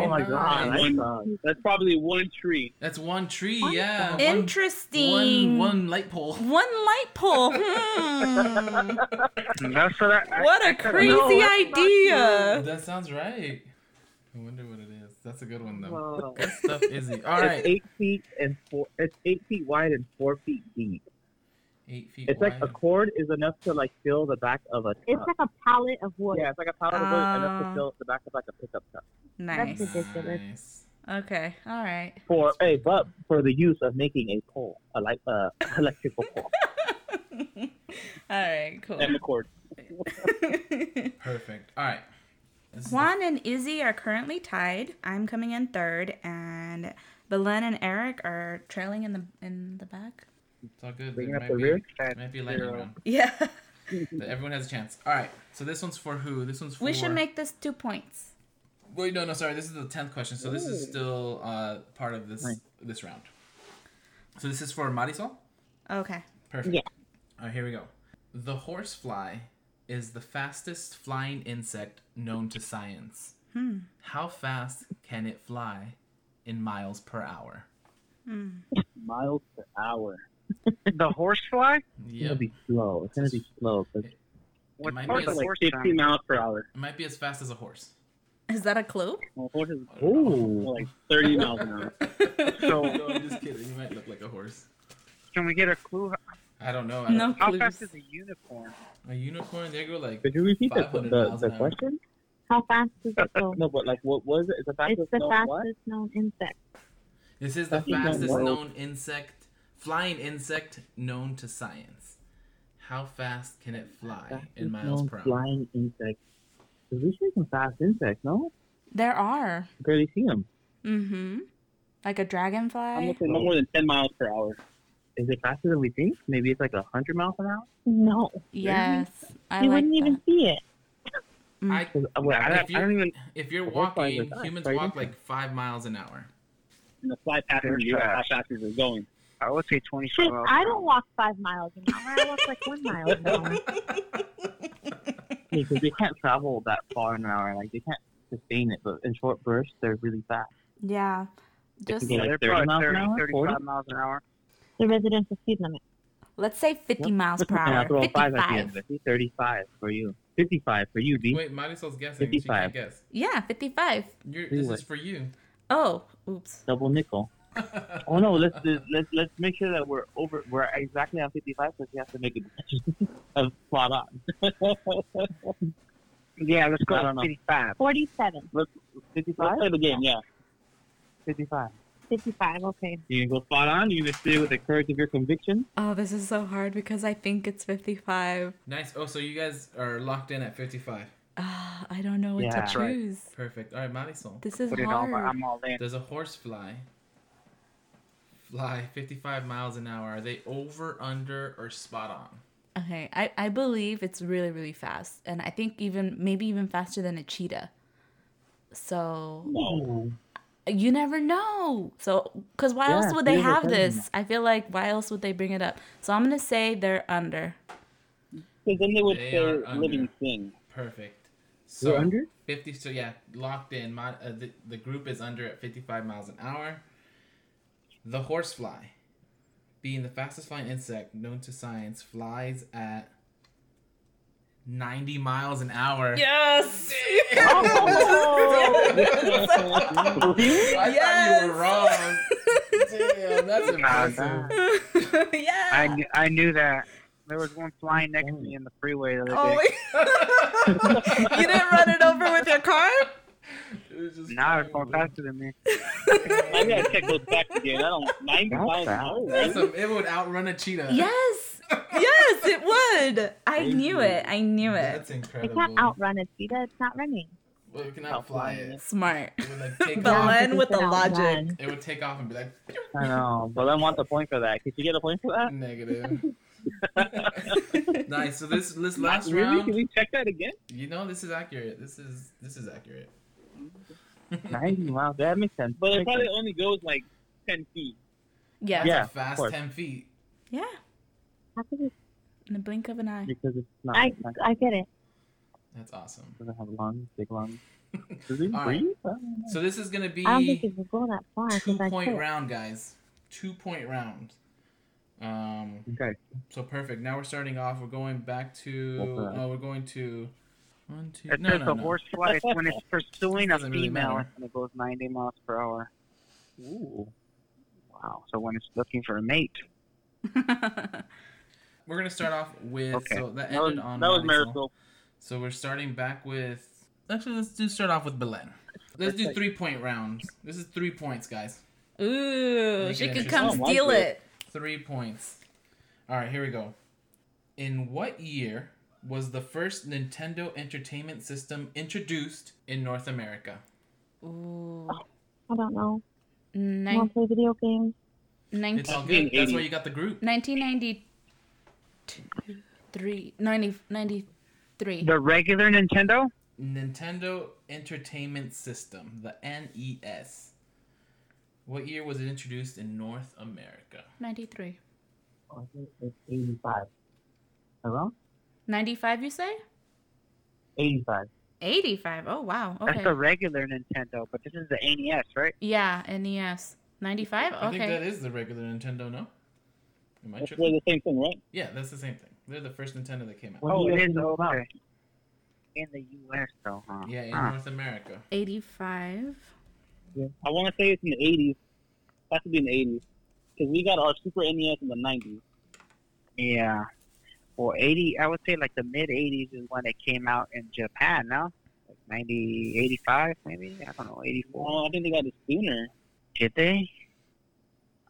Speaker 1: Oh my God,
Speaker 6: Nice.
Speaker 5: that's probably one tree.
Speaker 1: That's one tree. Yeah. one- One,
Speaker 2: Interesting.
Speaker 1: one light pole.
Speaker 2: One light pole. Hmm.
Speaker 4: That's what I.
Speaker 2: what a
Speaker 4: I- I don't
Speaker 2: crazy
Speaker 4: know.
Speaker 2: idea.
Speaker 1: That sounds right. I wonder what it is. That's a good one though.
Speaker 4: Whoa.
Speaker 1: Good stuff, Izzy. All right.
Speaker 6: It's eight feet and four. It's eight feet wide and four feet deep.
Speaker 1: Eight feet.
Speaker 6: It's
Speaker 1: wide.
Speaker 6: like a cord is enough to like fill the back of a.
Speaker 3: It's
Speaker 6: truck.
Speaker 3: like a pallet of wood.
Speaker 6: Yeah, it's like a powder of wood enough
Speaker 2: Oh.
Speaker 6: to fill the back of like a pickup truck.
Speaker 2: Nice.
Speaker 3: That's ridiculous.
Speaker 1: Nice.
Speaker 2: Okay. All right.
Speaker 6: for hey, but for the use of making a pole, a light, uh, electrical pole.
Speaker 2: All right. Cool.
Speaker 5: And the cord.
Speaker 1: Perfect. All right. This is the-
Speaker 2: Juan and Izzy are currently tied. I'm coming in third, and Belen and Eric are trailing in the in the back.
Speaker 1: it's all good.
Speaker 6: Bringing
Speaker 1: There
Speaker 6: up
Speaker 1: might
Speaker 6: the
Speaker 1: be-
Speaker 6: rear.
Speaker 1: Might be lightning round.
Speaker 2: Yeah.
Speaker 1: But Everyone has a chance. All right. So this one's for who? This one's for.
Speaker 2: We should make this two points.
Speaker 1: Wait, no, no, sorry. This is the tenth question. So this is still uh, part of this
Speaker 6: Right.
Speaker 1: this round. So this is for Marisol.
Speaker 2: Okay.
Speaker 1: Perfect.
Speaker 3: Yeah.
Speaker 1: All right, here we go. The horsefly is the fastest flying insect known to science.
Speaker 2: Hmm.
Speaker 1: How fast can it fly in miles per hour?
Speaker 2: Hmm.
Speaker 6: miles per hour.
Speaker 4: The horsefly?
Speaker 6: It's
Speaker 1: Yeah,
Speaker 6: gonna
Speaker 1: it
Speaker 6: be slow. It's gonna be slow. 'cause
Speaker 4: What's
Speaker 1: might be
Speaker 4: part of
Speaker 1: as-
Speaker 4: the
Speaker 5: Like
Speaker 4: horse
Speaker 5: 50
Speaker 4: sound?
Speaker 5: miles per hour.
Speaker 1: might be as fast as a horse.
Speaker 2: Is that a clue?
Speaker 5: Well, horse is
Speaker 1: I don't know.
Speaker 6: Ooh,
Speaker 5: more like 30 miles an hour.
Speaker 4: So
Speaker 1: no, I'm just kidding. You might look like a horse.
Speaker 4: can we get a clue?
Speaker 1: I don't know. I
Speaker 2: No
Speaker 1: don't,
Speaker 4: How
Speaker 2: clues.
Speaker 4: fast is a unicorn?
Speaker 1: A unicorn? There you go. Like
Speaker 6: could you repeat the,
Speaker 1: 500
Speaker 6: the,
Speaker 1: miles
Speaker 6: the
Speaker 1: an hour.
Speaker 6: question?
Speaker 3: How fast does it go?
Speaker 6: No, but like, what was it? Is the fact
Speaker 3: It's
Speaker 6: it's
Speaker 3: the
Speaker 6: no, what?
Speaker 3: fastest known insect.
Speaker 1: This is the
Speaker 6: That's even
Speaker 1: fastest
Speaker 6: worse.
Speaker 1: known insect, flying insect known to science. How fast can it fly in miles per hour?
Speaker 6: flying insects. Because we see some fast insects, no?
Speaker 2: There are.
Speaker 6: Barely see them.
Speaker 2: Mm-hmm. Like a
Speaker 5: I'm
Speaker 2: dragonfly.
Speaker 5: gonna say no more than 10 miles per hour.
Speaker 6: Is it faster than we think? Maybe it's like a hundred miles an hour.
Speaker 3: No,
Speaker 2: Yes. I
Speaker 3: you
Speaker 2: like
Speaker 3: wouldn't even see it.
Speaker 1: I,
Speaker 6: 'Cause, uh, well, I,
Speaker 1: If
Speaker 6: don't,
Speaker 1: you-
Speaker 6: I don't even.
Speaker 1: if you're
Speaker 6: The whole flying
Speaker 1: walking,
Speaker 6: is fast,
Speaker 1: humans
Speaker 6: right?
Speaker 1: walk like five miles an hour.
Speaker 5: And the fly passenger,
Speaker 7: They're
Speaker 5: you know how
Speaker 7: fast.
Speaker 5: fast they're going.
Speaker 7: I would say 25
Speaker 3: Shit,
Speaker 6: Oh.
Speaker 7: miles.
Speaker 3: I don't walk five miles an hour. I walk like one mile an hour.
Speaker 6: Because they can't travel that far in an hour. Like they can't sustain it. But in short bursts, they're really fast.
Speaker 2: Yeah. Just
Speaker 6: Yeah.
Speaker 7: Yeah,
Speaker 6: like
Speaker 7: they're probably
Speaker 6: 30 miles an
Speaker 7: 30,
Speaker 6: hour,
Speaker 7: 35
Speaker 6: 40?
Speaker 7: miles an hour.
Speaker 3: The residential speed limit.
Speaker 2: let's say 50 miles per
Speaker 6: And I
Speaker 2: hour.
Speaker 6: throw a five at the end
Speaker 2: 55.
Speaker 6: of it. See, Thirty-five for you. Fifty-five for you, D.
Speaker 1: Wait, Marisol's guessing. She can't
Speaker 6: 55.
Speaker 1: guess.
Speaker 2: Yeah, 55.
Speaker 1: You're,
Speaker 6: Three
Speaker 1: this
Speaker 6: way.
Speaker 1: is for you.
Speaker 2: Oh, oops.
Speaker 6: Double nickel. Oh no, let's let's let's make sure that we're over. We're exactly on fifty-five because we have to make a decision of spot on.
Speaker 7: Yeah, let's
Speaker 6: I
Speaker 7: go to
Speaker 6: don't know.
Speaker 7: 55.
Speaker 3: 47,
Speaker 6: Fifty-five.
Speaker 5: Let's play the game, yeah.
Speaker 6: Fifty-five.
Speaker 3: 55, okay.
Speaker 6: You can go spot on. You can stay with the courage of your conviction.
Speaker 2: Oh, this is so hard because I think it's 55.
Speaker 1: Nice. Oh, so you guys are locked in at 55.
Speaker 2: Ah, I don't know what
Speaker 6: Yeah.
Speaker 2: to
Speaker 7: That's right.
Speaker 2: choose.
Speaker 1: Perfect. All right, Marisol.
Speaker 2: This is
Speaker 7: Put it all,
Speaker 2: hard.
Speaker 7: but I'm all in.
Speaker 1: Does a horse fly? Fly 55 miles an hour. Are they over, under, or spot on?
Speaker 2: Okay, I, I believe it's really, really fast. And I think even maybe even faster than a cheetah. So
Speaker 6: No.
Speaker 2: you never know. So, because why
Speaker 6: Yeah,
Speaker 2: else would they
Speaker 6: cheetahs are
Speaker 2: have
Speaker 6: better than
Speaker 2: this? I feel like why else would they bring it up? So I'm going to say they're under.
Speaker 5: Because then they would
Speaker 1: They
Speaker 5: say
Speaker 1: are under.
Speaker 5: living thing.
Speaker 1: Perfect. So
Speaker 6: We're under.
Speaker 1: 50. So yeah, locked in. Mod, uh, the, the group is under at 55 miles an hour. The horsefly, being the fastest flying insect known to science, flies at 90 miles an hour.
Speaker 2: Yes!
Speaker 3: Oh.
Speaker 6: Oh.
Speaker 1: I thought
Speaker 2: Yes!
Speaker 1: you were wrong. Damn, that's impressive.
Speaker 7: I,
Speaker 5: Ah.
Speaker 2: yeah.
Speaker 7: kn- I knew that. There was one flying next to me in the freeway the other day.
Speaker 2: Oh, you didn't run it over with your car?
Speaker 1: It was just
Speaker 7: now it's going
Speaker 1: crazy.
Speaker 7: faster than me.
Speaker 5: I gotta check those facts again. I don't 90
Speaker 6: Not
Speaker 5: miles an
Speaker 6: fast.
Speaker 5: hour.
Speaker 1: That's
Speaker 5: right?
Speaker 1: a- it would outrun a cheetah.
Speaker 2: Yes. Yes, it would. I knew it. I knew it.
Speaker 1: That's
Speaker 3: It
Speaker 1: incredible.
Speaker 3: can't outrun a cheetah. It's not running.
Speaker 1: Well, it cannot fly it.
Speaker 2: Smart.
Speaker 1: It would like take
Speaker 2: The
Speaker 1: off.
Speaker 2: one with the logic.
Speaker 1: It would take off and be like
Speaker 6: I know, but I want the point for that. Could you get a point for that?
Speaker 1: negative. nice. So this this
Speaker 5: Not
Speaker 1: last
Speaker 5: really? Can
Speaker 1: round,
Speaker 5: we check that again?
Speaker 1: you know, this is accurate. This is this is accurate.
Speaker 6: Ninety miles. That makes sense.
Speaker 5: But it
Speaker 6: Makes
Speaker 5: probably
Speaker 6: sense.
Speaker 5: only goes like 10 feet.
Speaker 2: Yeah.
Speaker 6: Yeah.
Speaker 1: A fast
Speaker 6: course.
Speaker 1: ten feet.
Speaker 2: Yeah.
Speaker 3: How could you-
Speaker 2: In the blink of an eye.
Speaker 6: because it's not.
Speaker 3: I,
Speaker 6: not-
Speaker 3: I get it.
Speaker 1: That's awesome.
Speaker 6: doesn't have lungs, big lungs. Does it
Speaker 1: All right.
Speaker 6: breathe?
Speaker 1: So this is gonna be
Speaker 3: I don't think it would go that far. 'cause
Speaker 1: two
Speaker 3: I
Speaker 1: point
Speaker 3: could.
Speaker 1: round, guys. Two point round. Um.
Speaker 6: Okay.
Speaker 1: So perfect. Now we're starting off. We're going back to.
Speaker 6: Okay.
Speaker 1: Oh, we're going to. One, two.
Speaker 7: It
Speaker 1: No,
Speaker 7: says
Speaker 1: no,
Speaker 7: the
Speaker 1: no.
Speaker 7: horse flies when it's pursuing a
Speaker 1: Doesn't really
Speaker 7: female
Speaker 1: matter.
Speaker 7: and it goes 90 miles per hour.
Speaker 6: Ooh.
Speaker 7: Wow. So when it's looking for a mate.
Speaker 1: We're gonna start off with.
Speaker 7: Okay.
Speaker 1: So that
Speaker 5: That was,
Speaker 1: ended on.
Speaker 5: that was
Speaker 1: Marisol.
Speaker 5: miracle.
Speaker 1: So we're starting back with. Actually, let's do start off with Belen. Let's do three point rounds. This is three points, guys.
Speaker 2: Ooh,
Speaker 1: Make Oh,
Speaker 2: she
Speaker 1: it
Speaker 2: could
Speaker 1: interesting.
Speaker 5: I
Speaker 2: come
Speaker 5: like
Speaker 2: steal it.
Speaker 5: it.
Speaker 1: Three points. All right, here we go. In what year was the first Nintendo Entertainment System introduced in North America?
Speaker 2: Ooh.
Speaker 3: I don't know. I
Speaker 2: Nin-
Speaker 3: don't play video games.
Speaker 2: nine-
Speaker 1: It's all good. That's why you got the group.
Speaker 2: 1992. Three, 90, 93.
Speaker 7: The regular Nintendo?
Speaker 1: Nintendo Entertainment System, the NES. What year was it introduced in North America?
Speaker 2: 93.
Speaker 6: I think it's 85. Around
Speaker 2: 95, you say?
Speaker 6: 85.
Speaker 2: 85. Oh, wow.
Speaker 7: That's the
Speaker 2: Okay.
Speaker 7: regular Nintendo, but this is the NES, right?
Speaker 2: Yeah, NES. 95?
Speaker 1: I think that
Speaker 2: Okay.
Speaker 1: is the regular Nintendo, no? Am I
Speaker 5: That's
Speaker 1: tripping?
Speaker 5: really the same thing, right?
Speaker 1: Yeah, that's the same thing. They're the first Nintendo that came out.
Speaker 6: What do you
Speaker 7: Oh, it
Speaker 6: guys
Speaker 7: is
Speaker 6: know about?
Speaker 7: okay. In the U.S., though, huh?
Speaker 1: Yeah, in
Speaker 7: Huh.
Speaker 1: North America.
Speaker 2: 85.
Speaker 5: I want to say it's in the 80s. Has to be in the 80s. Because we got our Super NES in the 90s.
Speaker 7: Yeah. Well, 80, I would say like the mid 80s is when it came out in Japan, no? Like 90, 85, maybe? I don't know, 84.
Speaker 5: Oh, I think they got it sooner.
Speaker 7: Did they?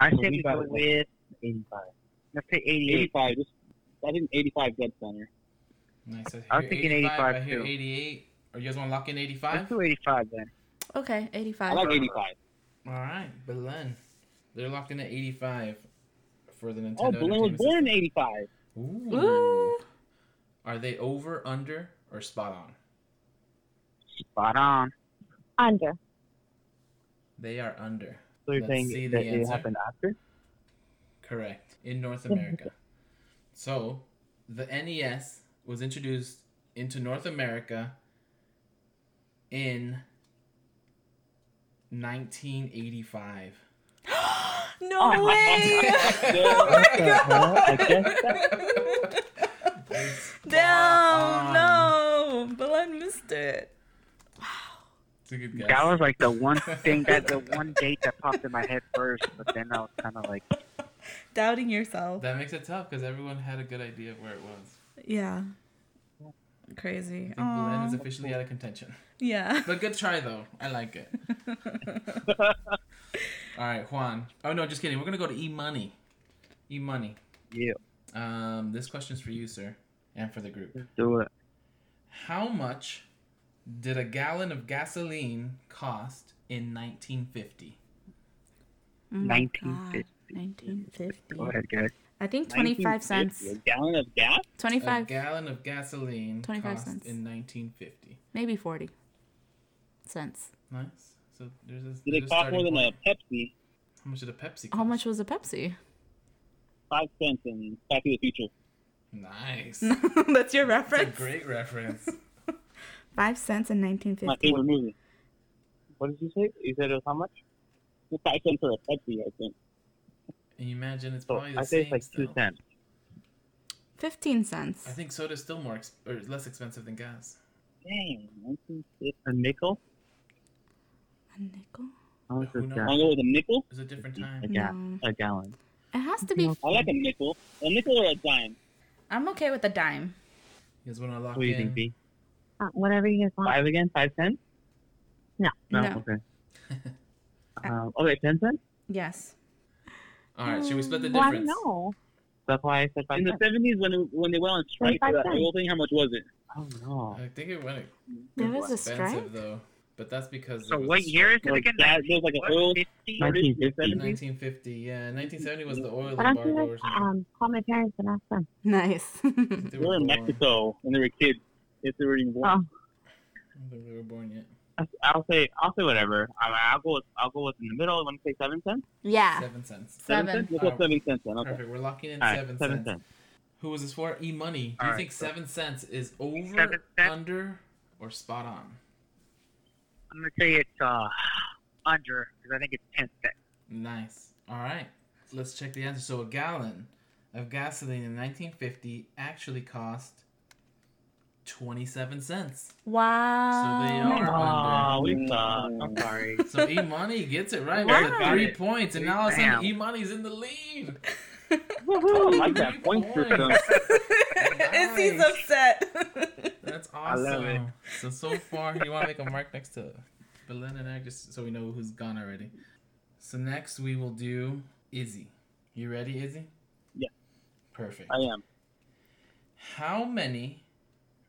Speaker 7: I
Speaker 5: So
Speaker 7: say
Speaker 5: we
Speaker 7: we
Speaker 5: got
Speaker 7: go
Speaker 5: it.
Speaker 7: with
Speaker 6: 85.
Speaker 7: let's say 88.
Speaker 5: 85. Just, I think 85 dead center.
Speaker 1: Nice. I
Speaker 7: I was
Speaker 1: hear
Speaker 7: thinking
Speaker 1: 85. I
Speaker 7: 85
Speaker 1: hear
Speaker 7: too.
Speaker 1: 88. Are you guys want to lock in 85?
Speaker 7: Let's do 85 then.
Speaker 2: Okay,
Speaker 5: I
Speaker 2: 85.
Speaker 5: like 85.
Speaker 1: All right, Belen. They're locked in at 85 for the Nintendo.
Speaker 5: Oh, Balloon was
Speaker 1: Entertainment
Speaker 5: born in
Speaker 1: System.
Speaker 5: 85.
Speaker 1: Ooh.
Speaker 2: Ooh.
Speaker 1: Are they over, under, or spot on?
Speaker 7: Spot on.
Speaker 3: Under.
Speaker 1: They are under.
Speaker 6: So you're
Speaker 1: Let's see
Speaker 6: saying
Speaker 1: the
Speaker 6: that it
Speaker 1: answer.
Speaker 6: happened after?
Speaker 1: Correct. In North America. so, the NES was introduced into North America in 1985.
Speaker 2: No
Speaker 3: Oh,
Speaker 2: way! Oh
Speaker 5: Yeah.
Speaker 6: What the hell? I guess that-
Speaker 2: Damn,
Speaker 1: on.
Speaker 2: no! Belen missed it.
Speaker 1: It's a good guess.
Speaker 7: That was like the one thing that the one date that popped in my head first, but then I was kind of like,
Speaker 2: Doubting yourself.
Speaker 1: That makes it tough because everyone had a good idea of where it was.
Speaker 2: Yeah. Crazy.
Speaker 1: I think Belen is
Speaker 2: Aw.
Speaker 1: officially out of contention.
Speaker 2: Yeah.
Speaker 1: But good try though. I like it. All right, Juan. Oh no, just kidding. We're gonna go to E Money. E Money.
Speaker 7: Yeah.
Speaker 1: Um, this question's for you, sir, and for the group.
Speaker 7: let's do it.
Speaker 1: How much did a gallon of gasoline cost in 1950?
Speaker 2: Oh my
Speaker 7: 1950.
Speaker 2: God, 1950.
Speaker 7: Go ahead, guys.
Speaker 2: I think 25 cents.
Speaker 4: Uh,
Speaker 5: 1950, A gallon of gas?
Speaker 1: A
Speaker 2: 25,
Speaker 1: gallon of gasoline
Speaker 2: 25
Speaker 1: cost
Speaker 2: cents.
Speaker 1: in 1950.
Speaker 2: maybe 40 cents.
Speaker 1: Nice. So there's this.
Speaker 5: Did it cost more than a Pepsi?
Speaker 1: How much did a Pepsi cost?
Speaker 2: How much was a Pepsi?
Speaker 5: Five cents in Back to the Future.
Speaker 1: Nice. That's
Speaker 2: That's your
Speaker 1: a
Speaker 2: reference?
Speaker 1: great reference.
Speaker 2: 5 cents in
Speaker 5: My
Speaker 2: 1950.
Speaker 5: favorite movie.
Speaker 6: What did you say? You said it was how much?
Speaker 5: Five cents for a Pepsi, I think.
Speaker 1: And you imagine it's
Speaker 6: So
Speaker 1: probably Oh, the
Speaker 6: Oh, I say
Speaker 1: same.
Speaker 6: it's like
Speaker 1: still.
Speaker 6: two cents.
Speaker 2: 15 cents.
Speaker 1: I think soda's still more exp- or less expensive than gas.
Speaker 5: Dang. 1950.
Speaker 6: A nickel?
Speaker 2: A nickel?
Speaker 6: How much
Speaker 1: Who
Speaker 6: is
Speaker 1: knows?
Speaker 5: I'll
Speaker 6: that?
Speaker 5: go with a nickel.
Speaker 1: It was a different time.
Speaker 6: A, ga-
Speaker 2: No.
Speaker 6: a gallon.
Speaker 2: It has to be.
Speaker 5: I like a nickel. A nickel or a dime?
Speaker 2: I'm okay with a dime.
Speaker 1: You guys want to lock
Speaker 6: What do you
Speaker 1: in?
Speaker 6: think, B?
Speaker 3: Uh, whatever you guys want.
Speaker 6: Five again? Five cents?
Speaker 2: No.
Speaker 6: Okay. um, okay, ten cents?
Speaker 2: Yes.
Speaker 1: All right, should we split the
Speaker 3: Well, I don't
Speaker 1: difference?
Speaker 3: know.
Speaker 6: That's why I said five
Speaker 5: In the
Speaker 6: cents.
Speaker 5: 70s, when it, when they went on strike for
Speaker 3: 25
Speaker 5: that
Speaker 3: cents.
Speaker 5: oil thing, how much was it?
Speaker 6: Oh, no.
Speaker 1: I think it went
Speaker 2: There
Speaker 1: it
Speaker 2: was a strike?
Speaker 1: expensive though, but that's because.
Speaker 7: So
Speaker 1: it was
Speaker 7: what year is it
Speaker 5: Like
Speaker 7: again?
Speaker 5: that, there was like a oil.
Speaker 7: 50?
Speaker 5: shortage in
Speaker 6: 1950.
Speaker 5: the 70s.
Speaker 1: 1950. Yeah, 1970 was the oil
Speaker 3: Why don't you
Speaker 1: embargo
Speaker 3: guys
Speaker 1: or something.
Speaker 3: um, call my parents and ask them?
Speaker 2: Nice.
Speaker 1: I think They
Speaker 5: They were in
Speaker 1: born.
Speaker 5: Mexico when they were kids. If they were even born.
Speaker 3: Oh.
Speaker 1: I don't think they were born yet.
Speaker 6: I'll say I'll say whatever. I I'll go with I'll go with in the middle. I want to say seven cents.
Speaker 2: yeah.
Speaker 1: Seven cents.
Speaker 5: Seven,
Speaker 2: Seven.
Speaker 5: cents. Let's go
Speaker 1: Oh.
Speaker 5: seven cents then. Okay.
Speaker 1: Perfect. We're locking in
Speaker 6: All right,
Speaker 1: seven,
Speaker 6: seven
Speaker 1: cents.
Speaker 6: cents.
Speaker 1: Who was this for? E Money. Do
Speaker 7: All
Speaker 1: you
Speaker 7: right,
Speaker 1: think
Speaker 7: so-
Speaker 1: seven cents is over,
Speaker 7: Seven cents?
Speaker 1: under, or spot on?
Speaker 7: I'm gonna say it's uh under because I think it's 10 cents.
Speaker 1: Nice. All right. Let's check the answer. So a gallon of gasoline in 1950 actually cost 27 cents.
Speaker 2: Wow.
Speaker 1: So they are
Speaker 6: Oh,
Speaker 1: under.
Speaker 6: we suck.
Speaker 7: Oh.
Speaker 6: I'm sorry.
Speaker 1: So E-Money gets it right
Speaker 2: Wow.
Speaker 1: with the three points, and now all of a
Speaker 7: Damn.
Speaker 1: sudden E-Money's in the lead.
Speaker 6: I like that point system.
Speaker 2: it seems
Speaker 1: Nice.
Speaker 2: upset.
Speaker 1: That's awesome.
Speaker 7: love it.
Speaker 1: So so far, you want to make a mark next to Belen and I, just so we know who's gone already. So next we will do Izzy. You ready, Izzy?
Speaker 5: Yeah.
Speaker 1: Perfect.
Speaker 5: I am.
Speaker 1: How many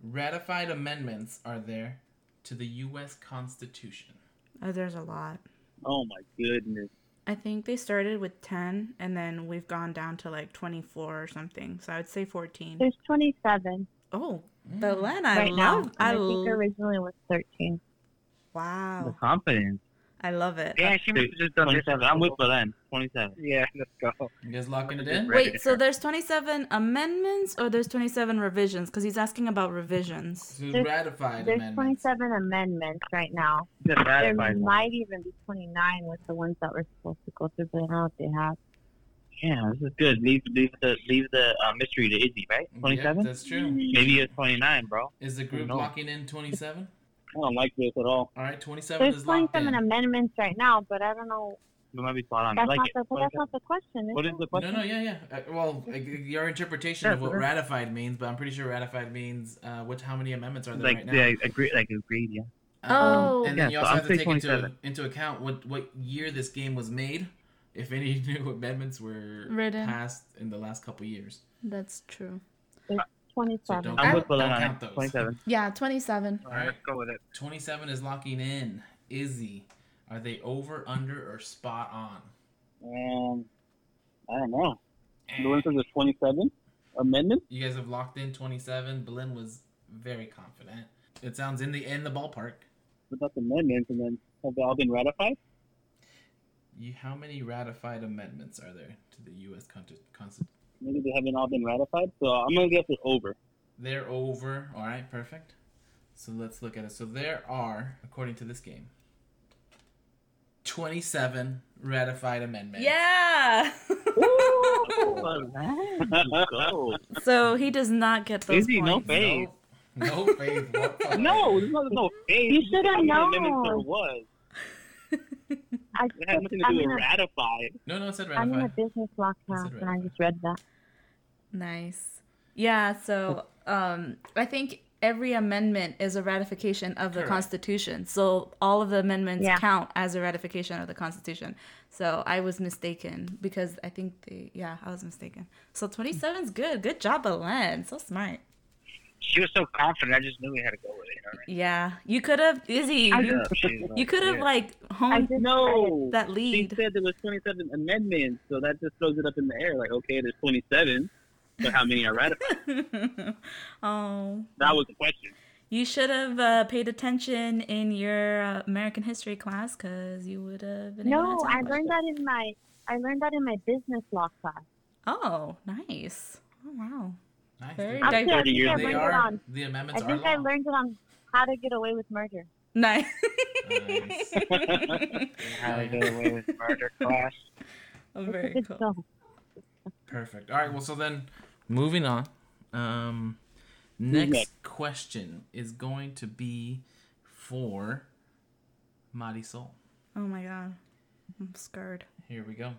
Speaker 1: ratified amendments are there to the U.S. Constitution?
Speaker 2: oh, there's a lot.
Speaker 5: Oh my goodness.
Speaker 2: I think they started with 10 and then we've gone down to like 24 or something. So I would say 14.
Speaker 3: There's 27
Speaker 2: Oh,
Speaker 1: Mm.
Speaker 2: but Len, I
Speaker 3: right now.
Speaker 2: love
Speaker 3: and
Speaker 2: I,
Speaker 3: I think
Speaker 2: l-
Speaker 3: originally it was 13. Oh.
Speaker 6: The
Speaker 2: wow.
Speaker 6: confidence.
Speaker 2: I love it.
Speaker 7: Yeah, she must have just done this.
Speaker 6: Twenty-seven. I'm with Belen. Twenty-seven.
Speaker 7: Yeah, let's go.
Speaker 1: You guys locking it in?
Speaker 7: Right.
Speaker 2: Wait, so there's 27 amendments or there's 27 revisions cuz he's asking about revisions.
Speaker 1: So
Speaker 3: There's-
Speaker 1: ratified
Speaker 3: There's
Speaker 1: amendments.
Speaker 3: 27 amendments right now.
Speaker 7: Just
Speaker 3: There
Speaker 7: ratified one.
Speaker 3: might even be 29 with the ones that were supposed to go through, but I don't know if they have.
Speaker 6: Yeah, this is good. Leave leave the leave the uh, mystery to Izzy, right?
Speaker 1: Yep,
Speaker 6: Twenty-seven.
Speaker 1: that's
Speaker 3: Mm-hmm.
Speaker 1: true.
Speaker 6: Maybe it's twenty-nine, bro.
Speaker 1: Is the group
Speaker 6: No.
Speaker 1: locking in 27?
Speaker 5: I don't like this at all.
Speaker 1: All right, 27
Speaker 3: There's
Speaker 1: is locked
Speaker 3: 27
Speaker 1: in.
Speaker 3: amendments right now, but I don't know.
Speaker 6: It might be spot on. I
Speaker 3: That's,
Speaker 6: like
Speaker 3: not,
Speaker 6: it.
Speaker 3: the, but that's not the question. is
Speaker 6: What is
Speaker 3: it?
Speaker 6: the
Speaker 1: No,
Speaker 6: question?
Speaker 1: no, yeah, yeah. Uh, well, like, your interpretation of
Speaker 7: Yeah,
Speaker 1: what
Speaker 7: sure.
Speaker 1: ratified means, but I'm pretty sure ratified means uh, which how many amendments are there
Speaker 6: Like
Speaker 1: right now.
Speaker 6: yeah, agree. Like agreed. Yeah.
Speaker 1: Um,
Speaker 2: Oh.
Speaker 1: and then you
Speaker 6: Yeah, so
Speaker 1: also
Speaker 6: I'll
Speaker 1: have to
Speaker 6: say
Speaker 1: take into,
Speaker 6: 27.
Speaker 1: into account what what year this game was made, if any new amendments were
Speaker 2: Written.
Speaker 1: passed in the last couple years.
Speaker 2: That's true.
Speaker 1: So
Speaker 3: 27.
Speaker 1: don't,
Speaker 6: I'm
Speaker 1: count-
Speaker 6: with
Speaker 1: don't
Speaker 6: Balana.
Speaker 1: count those.
Speaker 6: 27.
Speaker 2: Yeah, 27.
Speaker 1: All right,
Speaker 7: Let's go with it.
Speaker 1: 27 is locking in. Izzy, are they over, under, or spot on?
Speaker 5: Um, I don't know.
Speaker 1: Eh.
Speaker 5: The one says the 27 amendment.
Speaker 1: You guys have locked in 27. Belen was very confident. It sounds in the in the ballpark.
Speaker 5: Without the amendments, and then have they all been ratified?
Speaker 1: You, how many ratified amendments are there to the U.S. Constitution?
Speaker 5: Maybe they haven't all been ratified. So I'm gonna guess it's over.
Speaker 1: They're over. All right, perfect. So let's look at it. So there are, according to this game, 27 ratified amendments.
Speaker 2: Yeah. so he does not get those
Speaker 5: Izzy, no
Speaker 2: points.
Speaker 5: faith.
Speaker 1: No, no faith. whatsoever.
Speaker 5: No, there's not no faith.
Speaker 3: You should have
Speaker 5: How many
Speaker 3: known.
Speaker 5: amendments there was.
Speaker 3: I,
Speaker 5: It had nothing to
Speaker 3: I'm
Speaker 5: do with
Speaker 3: in a-
Speaker 5: ratified.
Speaker 1: no, no, it said
Speaker 3: I'm in a
Speaker 1: ratified.
Speaker 3: business law class,
Speaker 1: Consider it
Speaker 3: and I
Speaker 1: that.
Speaker 3: just read that.
Speaker 2: Nice. Yeah, so um, I think every amendment is a ratification of the
Speaker 1: Correct.
Speaker 2: Constitution. So all of the amendments
Speaker 3: Yeah.
Speaker 2: count as a ratification of the Constitution. So I was mistaken because I think they, yeah, I was mistaken. So 27 is good. Good job, Alen. So smart.
Speaker 7: She was so confident. I just knew we had to go with it. You know what I mean?
Speaker 2: Yeah, you could have, Izzy, you,
Speaker 7: Yeah, she's
Speaker 2: you
Speaker 7: like,
Speaker 2: could have
Speaker 7: yeah.
Speaker 2: like
Speaker 3: I
Speaker 2: honed
Speaker 3: just
Speaker 5: No,
Speaker 2: that
Speaker 5: she
Speaker 2: lead.
Speaker 5: said there was 27 amendments, so that just throws it up in the air. Like, okay, there's 27, but how many are ratified?
Speaker 2: oh,
Speaker 5: That was the question.
Speaker 2: you should have uh, paid attention in your uh, American history class because you would have been able to
Speaker 3: No,
Speaker 2: answer
Speaker 3: I
Speaker 2: that
Speaker 3: learned that in my I learned that in my business law class.
Speaker 2: Oh, nice. Oh, wow.
Speaker 1: Nice. They-
Speaker 2: Very di-
Speaker 3: Actually, I
Speaker 5: 30
Speaker 3: think
Speaker 5: years
Speaker 3: I
Speaker 1: They
Speaker 3: learned it
Speaker 1: are.
Speaker 3: on.
Speaker 1: The
Speaker 3: I
Speaker 1: amendments are
Speaker 3: think I
Speaker 1: law.
Speaker 3: learned it on how to get away with murder.
Speaker 2: Nice.
Speaker 1: Nice.
Speaker 7: How to get away with murder class.
Speaker 3: It's
Speaker 2: Oh, Very
Speaker 3: a good
Speaker 2: cool.
Speaker 3: film.
Speaker 1: Perfect. All right. Well, so then moving on. Um,
Speaker 5: Who's
Speaker 1: next
Speaker 5: next?
Speaker 1: question is going to be for Marisol.
Speaker 2: Oh my god. I'm scared.
Speaker 1: Here we go.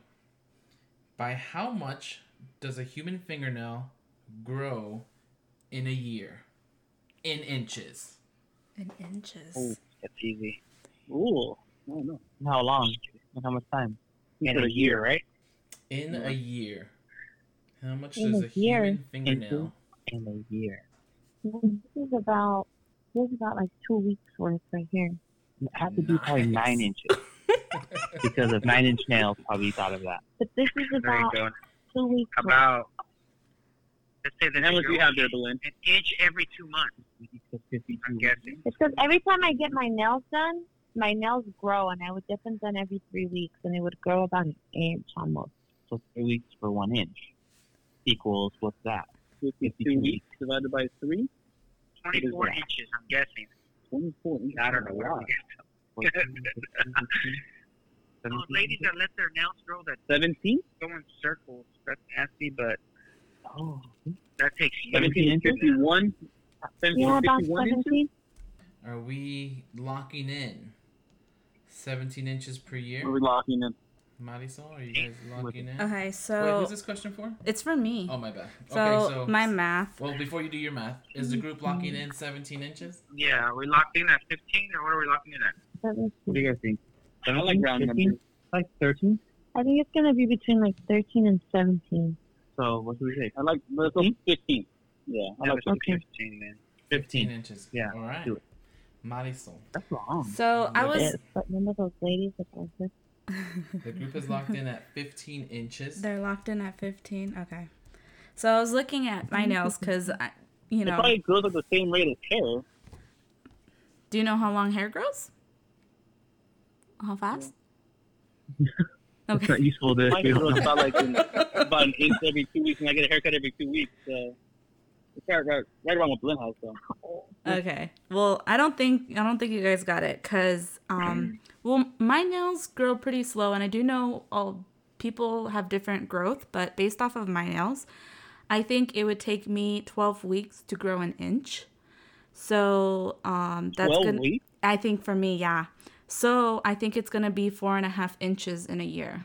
Speaker 1: By how much does a human fingernail grow in a year? In inches.
Speaker 2: In inches.
Speaker 7: Oh, that's easy.
Speaker 5: Ooh, I don't know.
Speaker 7: How long? And how much time? In
Speaker 5: said
Speaker 7: a
Speaker 5: a
Speaker 7: year, right?
Speaker 1: In
Speaker 5: Yeah.
Speaker 1: a year. How much
Speaker 3: In
Speaker 1: does
Speaker 3: a
Speaker 1: a
Speaker 3: year?
Speaker 1: human fingernail?
Speaker 7: In a year.
Speaker 3: This is about this is about like two weeks worth right here.
Speaker 7: I have to do probably
Speaker 1: Nice.
Speaker 7: nine inches because of nine inch nails. Probably thought of that.
Speaker 3: But this is
Speaker 4: There you
Speaker 3: about
Speaker 4: go.
Speaker 3: two weeks worth.
Speaker 4: About let's say the
Speaker 5: And how much
Speaker 4: number
Speaker 5: do you have there, Mm-hmm. Belen?
Speaker 4: an inch every two months. I'm guessing.
Speaker 3: It's because every time I get my nails done, my nails grow, and I would get them done every three weeks, and they would grow about an inch almost.
Speaker 7: So three weeks for one inch equals what's that?
Speaker 5: Which is two weeks divided by three?
Speaker 4: Twenty four
Speaker 5: that?
Speaker 4: inches. I'm guessing.
Speaker 5: 24.
Speaker 4: I don't know where. we get-
Speaker 7: 14, 15, 16,
Speaker 5: Oh,
Speaker 4: Those
Speaker 7: 17,
Speaker 4: Oh, ladies that let their nails grow that
Speaker 5: 17?
Speaker 4: go in circles. That's nasty, but
Speaker 7: Oh,
Speaker 4: that takes years.
Speaker 5: 17 inches? 51? 17,
Speaker 3: Yeah, about
Speaker 5: 51 inches?
Speaker 3: seventeen.
Speaker 1: Are we locking in 17 inches per year?
Speaker 5: Or Are we locking in?
Speaker 1: Marisol, are you guys locking in?
Speaker 2: Okay,
Speaker 1: Wait,
Speaker 2: so
Speaker 1: who's this question for?
Speaker 2: it's for me.
Speaker 1: Oh, my bad.
Speaker 2: so,
Speaker 1: okay, so
Speaker 2: my math.
Speaker 1: Well, before you do your math, is the group locking in 17 inches?
Speaker 4: Yeah, are we locked in at fifteen, or what are we locking in at?
Speaker 5: What do you guys think? I like
Speaker 7: 17,
Speaker 5: round
Speaker 7: 15?
Speaker 5: numbers.
Speaker 7: like 13.
Speaker 3: I think it's gonna be between like thirteen and seventeen.
Speaker 7: So what do we say?
Speaker 5: I like, let's go 15. Yeah, I
Speaker 4: Yeah,
Speaker 5: like
Speaker 4: let's do
Speaker 3: Okay.
Speaker 4: fifteen, man.
Speaker 1: 15
Speaker 7: 15.
Speaker 1: inches.
Speaker 7: Yeah,
Speaker 1: All right.
Speaker 7: do it.
Speaker 1: Marisol,
Speaker 7: That's long.
Speaker 2: So I was.
Speaker 3: Yes, but remember those ladies that were just
Speaker 1: the group is locked in at 15 inches.
Speaker 2: They're locked in at 15. Okay. So I was looking at my nails because, you
Speaker 5: It
Speaker 2: know,
Speaker 5: probably grows at the same rate as hair.
Speaker 2: do you know how long hair grows? How fast?
Speaker 7: It's not
Speaker 2: Okay.
Speaker 7: useful to.
Speaker 5: Mine grows about like in, about an inch every two weeks, and I get a haircut every two weeks. So it's right, right, right around with Blenheim. So
Speaker 2: Okay. Well, I don't think I don't think you guys got it because um well my nails grow pretty slow and I do know all people have different growth, but based off of my nails, I think it would take me 12 weeks to grow an inch. So, um that's
Speaker 5: twelve
Speaker 2: good.
Speaker 5: weeks.
Speaker 2: I think for me, yeah. So, I think it's going to be four and a half inches in a year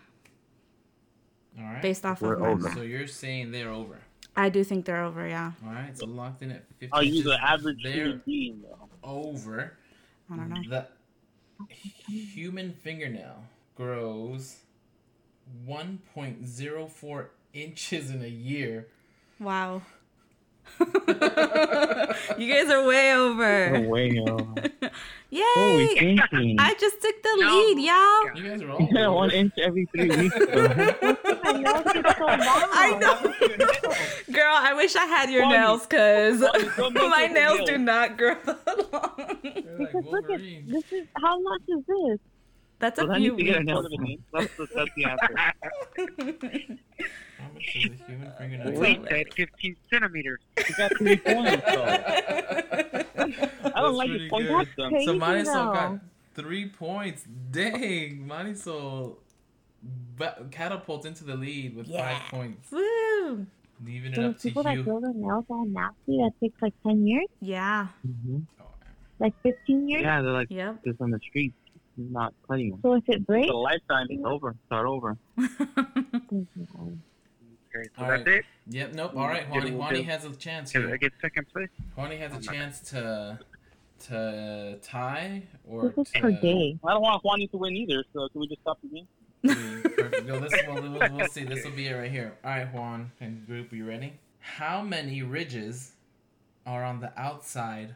Speaker 1: All right.
Speaker 2: based off
Speaker 7: We're
Speaker 2: of my
Speaker 7: over.
Speaker 2: math.
Speaker 1: So you're saying they're over.
Speaker 2: I do think they're over, yeah.
Speaker 1: All right. So locked in at 15
Speaker 5: I'll use
Speaker 1: inches.
Speaker 5: an average
Speaker 1: They're
Speaker 5: human being. Though.
Speaker 1: over.
Speaker 2: I don't know.
Speaker 1: The human fingernail grows 1.04 inches in a year.
Speaker 2: Wow. you guys are way over.
Speaker 6: way over.
Speaker 2: Yay!
Speaker 6: What were we thinking?
Speaker 2: I just took the
Speaker 4: No.
Speaker 2: lead, y'all.
Speaker 1: You guys are all.
Speaker 6: Yeah,
Speaker 1: over.
Speaker 6: one inch every three weeks.
Speaker 3: I know she's so long.
Speaker 2: I know. Girl, I wish I had your
Speaker 5: Bonnie.
Speaker 2: nails because
Speaker 5: Bonnie, don't mess
Speaker 2: my
Speaker 5: with the
Speaker 2: nails
Speaker 5: nails.
Speaker 2: do not grow that long.
Speaker 1: They're like
Speaker 3: Look at-
Speaker 1: Wolverine.
Speaker 3: This is how much is this?
Speaker 2: That's a
Speaker 6: Well, I
Speaker 2: few
Speaker 6: need to get a
Speaker 2: weeks.
Speaker 6: nail
Speaker 5: That's the, that's the answer.
Speaker 1: How much does a human finger
Speaker 2: That's
Speaker 1: know?
Speaker 2: all
Speaker 7: Weight said 15 centimeters.
Speaker 6: You got three points, though.
Speaker 5: I
Speaker 1: That's
Speaker 5: don't like
Speaker 1: pretty
Speaker 5: this point
Speaker 1: good.
Speaker 5: with them.
Speaker 1: Um, So
Speaker 3: Crazy
Speaker 1: Marisol got
Speaker 3: though.
Speaker 1: three points. Dang, Marisol ba- catapults into the lead with
Speaker 2: Yeah.
Speaker 1: five points,
Speaker 2: Woo!
Speaker 1: leaving it up
Speaker 3: There's
Speaker 1: to
Speaker 3: people that
Speaker 1: you.
Speaker 3: grow their nails all nasty that takes like 10 years,
Speaker 2: Yeah.
Speaker 3: like 15 years.
Speaker 6: Yeah, they're like
Speaker 2: Yep.
Speaker 6: just on the street, not cutting them.
Speaker 3: So if it
Speaker 6: It's
Speaker 3: breaks,
Speaker 6: a lifetime. It's over. Start over.
Speaker 7: Okay, so
Speaker 1: All
Speaker 7: that's
Speaker 1: right.
Speaker 7: it.
Speaker 1: Yep. Nope. All right.
Speaker 7: Get a
Speaker 1: Juani,
Speaker 7: little
Speaker 1: Juani
Speaker 7: bit.
Speaker 1: has a chance
Speaker 7: Because I
Speaker 1: here.
Speaker 7: get second place.
Speaker 1: Juani has a chance to to tie or
Speaker 3: this is
Speaker 1: to.
Speaker 3: per day.
Speaker 5: I don't want Juani to win either, so can we just stop the game?
Speaker 1: Perfect. No, this we'll, we'll, we'll see. This will be it right here. All right, Juan and group, you ready? How many ridges are on the outside